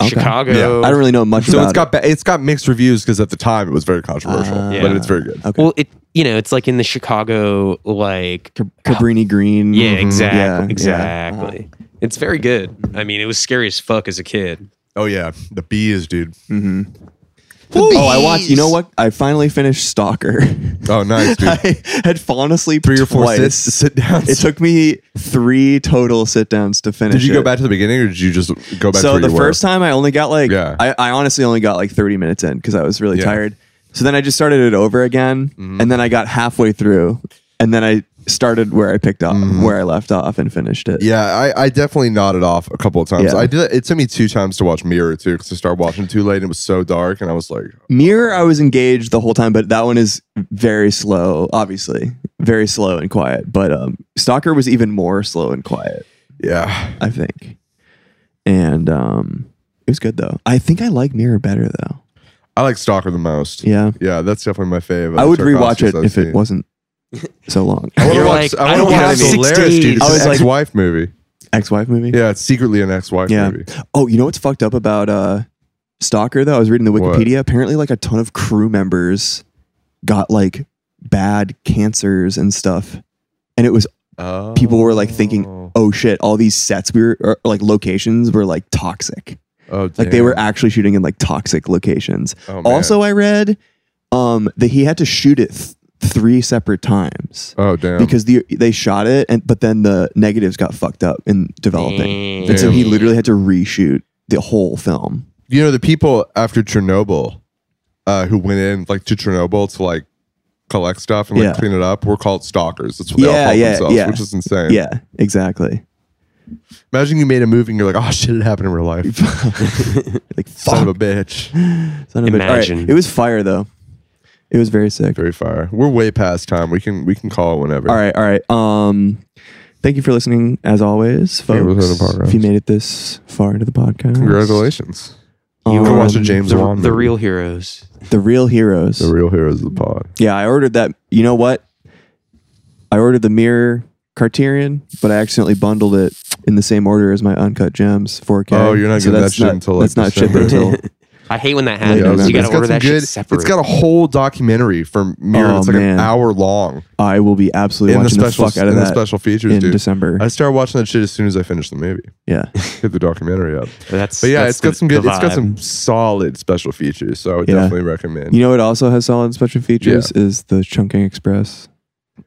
S2: Okay.
S6: Chicago.
S1: Yeah.
S2: I don't really know much
S1: So
S2: about
S1: it's got ba- it's got mixed reviews because at the time it was very controversial,
S6: Uh,
S2: Ah.
S1: but it's very good.
S2: Okay.
S6: Well, it you know, it's like in the Chicago like
S2: Cab- Cabrini Green.
S6: yeah,
S1: Mm-hmm.
S2: Mhm.
S6: exactly,
S2: Yeah, yeah.
S6: exactly. It's very good. I mean, it was scary as fuck as a kid.
S1: Oh yeah, the bees, dude.
S2: Mhm. Oh, I watched. You know what? I finally finished Stalker. <laughs>
S1: Oh nice, dude.
S2: I had fallen asleep
S1: Three or four
S2: twice.
S1: sits to sit down.
S2: It took me three total sit downs to
S1: <laughs>
S2: finish.
S1: Did you go
S2: it.
S1: back to the beginning, or did you just go back? to
S2: so
S1: where
S2: the
S1: you were?
S2: first time I only got like
S1: Yeah.
S2: I, I honestly only got like 30 minutes in because I was really
S1: Yeah. Mm-hmm.
S2: tired. So then I just started it over again and then I got halfway through and then I started where I picked up
S1: Mm-hmm.
S2: where I left off and finished it.
S1: Yeah, I, I definitely nodded off a couple of times.
S2: Yeah.
S1: I did. It took me two times to watch Mirror too because I started watching too late. and It was so dark, and I was like,
S2: Mirror I was engaged the whole time, but that one is very slow, obviously. Very slow and quiet. But um Stalker was even more slow and quiet,
S1: yeah,
S2: I think. And um it was good though. I think I like Mirror better though.
S1: I like Stalker the most.
S2: Yeah.
S1: yeah, that's definitely my favorite.
S2: I would rewatch it if it wasn't so long.
S1: <laughs> I want
S6: You're
S1: to watch.
S6: like,
S1: I
S6: I
S1: want
S6: don't
S1: to
S6: have
S1: watch
S6: six
S1: Solaris, dude.
S6: days.
S1: It's
S2: I was
S1: an
S2: like-
S1: ex-wife movie.
S2: Ex-wife movie?
S1: Yeah, it's secretly an ex-wife movie.
S2: Oh, you know what's fucked up about uh Stalker though? I was reading the
S1: What?
S2: Wikipedia. Apparently, like a ton of crew members got like bad cancers and stuff. And it was
S1: Oh.
S2: people were like thinking, oh shit, all these sets we were or, like locations were like toxic.
S1: Oh,
S2: Like they were
S1: damn.
S2: actually shooting in like toxic locations.
S1: Oh, man.
S2: also, I read um that he had to shoot it th- three separate times.
S1: Oh damn!
S2: because the, they shot it and but then the negatives got fucked up in
S1: Oh,
S2: developing and so he
S1: Damn.
S2: literally had to reshoot the whole film
S1: you know the people after Chernobyl, uh, who went in like to Chernobyl to like collect stuff and like
S2: Yeah.
S1: clean it up, were called stalkers. That's what they all
S2: Yeah,
S1: called
S2: yeah,
S1: themselves,
S2: yeah.
S1: which is insane.
S2: yeah exactly
S1: Imagine you made a movie and you're like, oh shit, it happened in real
S2: <laughs>
S1: life.
S2: like
S1: Son of
S2: fuck
S1: a bitch.
S2: son of a bitch. All right,
S6: Imagine.
S2: it was fire though it was very sick
S1: Very fire. We're way past time. We can we can call it whenever.
S2: all right all right um thank you for listening as always
S1: Yeah, we're
S2: folks
S1: listening to podcasts.
S2: if you made it this far into the podcast
S1: Congratulations.
S2: um,
S1: Go watch a James
S6: The,
S1: Wan.
S6: the
S1: movie.
S6: real heroes.
S2: the real heroes
S1: the real heroes of the pod.
S2: yeah i ordered that you know what i ordered the mirror Criterion, but I accidentally bundled it in the same order as my uncut gems 4K.
S1: Oh, you're not getting
S2: so
S1: that
S2: that's
S1: shit
S2: not-
S1: until, like,
S2: that's not
S1: <laughs>
S2: shipped
S1: December.
S2: until
S6: I hate when that happens. you got to order that shit separate.
S1: It's got a whole documentary from Mirror.
S2: Oh,
S1: it's like
S2: man.
S1: an hour long.
S2: I will be absolutely
S1: in the
S2: watching the
S1: special,
S2: fuck out of
S1: in the
S2: that
S1: special features
S2: in
S1: dude.
S2: December.
S1: I started watching that shit as soon as I finished the movie. <laughs>
S2: Yeah,
S1: hit the documentary up.
S6: That's
S1: but yeah,
S2: that's
S1: it's got
S2: the-
S1: some good.
S2: the
S1: It's got
S2: vibe.
S1: some solid special features. So I would
S2: Yeah.
S1: definitely recommend.
S2: You know what also has solid special features is the Chunking Express.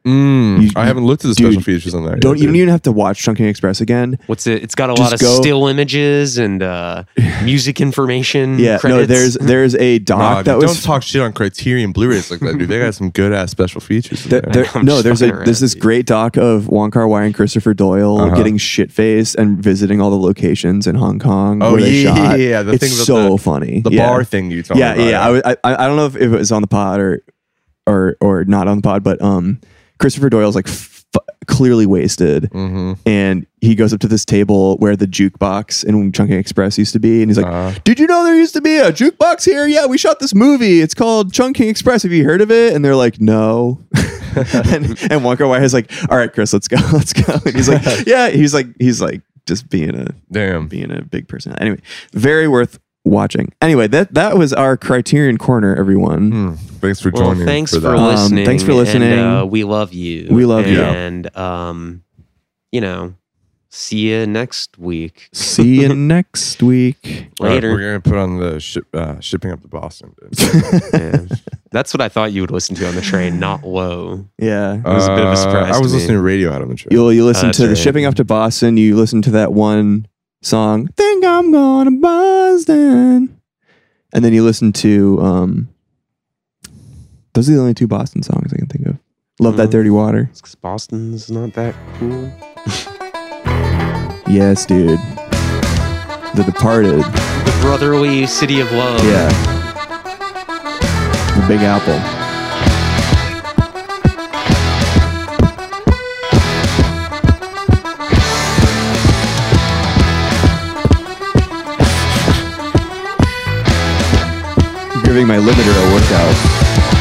S1: Mm,
S2: You-
S1: I haven't looked at the
S2: dude,
S1: special features on that.
S2: Don't
S1: yet,
S2: you don't
S1: dude.
S2: even have to watch Chunking Express again.
S6: What's it? It's got a
S2: Just
S6: lot of
S2: go-
S6: still images
S1: <laughs>
S6: and uh, music information.
S2: Yeah, no,
S6: Mm, credits. <laughs>
S2: there's there's a doc
S1: Nah,
S2: that
S1: dude,
S2: was
S1: don't talk shit on Criterion Blu-rays like that, dude. They got some good ass special features. in
S2: There,
S1: there. <laughs>
S2: there- no, there's a there's this great doc of Wong Kar Wai and Christopher Doyle
S1: Uh-huh.
S2: getting shit faced and visiting all the locations in Hong Kong.
S1: Oh,
S2: where they
S1: yeah,
S2: shot.
S1: yeah, yeah, the
S2: it's
S1: thing with
S2: so
S1: the-
S2: funny.
S1: the
S2: yeah.
S1: bar thing you told me
S2: yeah,
S1: about,
S2: Yeah, yeah. I, I I don't know if, if it was on the pod or or or not on the pod, but um, Christopher Doyle's like f- clearly wasted,
S1: Mm-hmm.
S2: and he goes up to this table where the jukebox in Chunking Express used to be, and he's like,
S1: Uh-huh.
S2: "Did you know there used to be a jukebox here? Yeah, we shot this movie. It's called Chunking Express. Have you heard of it?" And they're like, "No." <laughs> and and Wonka Wai is like, "All right, Chris, let's go, <laughs> let's go." And he's like,
S1: <laughs>
S2: "Yeah." He's like, he's like just being a
S1: damn
S2: being a big person. Anyway, very worth watching. Anyway, that that was our Criterion Corner,
S1: Hmm.
S2: everyone.
S1: Thanks for
S6: Well, thanks for, listening.
S2: Um, thanks for
S6: and,
S2: listening.
S6: uh, we love you.
S2: We love you.
S6: And um, you know, see you next week.
S2: See you next week.
S1: All right,
S6: Later.
S1: we're gonna put on the ship, uh, shipping up to Boston.
S2: <laughs>
S1: dude.
S6: <laughs> Yeah. That's what I thought you would listen to on the train, not low.
S2: Yeah.
S6: It was a bit of a
S1: Uh,
S6: surprise.
S1: I was
S6: to me.
S1: listening to radio out on the trip.
S2: You'll you listen
S6: Uh,
S2: to the
S6: sure.
S2: shipping up to Boston. You listen to that one song. Think I'm going to Boston, and then you listen to um. Those are the only two Boston songs I can think of. Love that dirty water.
S6: Because Boston's not that cool.
S2: Yes, dude. The Departed.
S6: The brotherly city of love.
S2: Yeah. The Big Apple. You're giving my limiter a workout.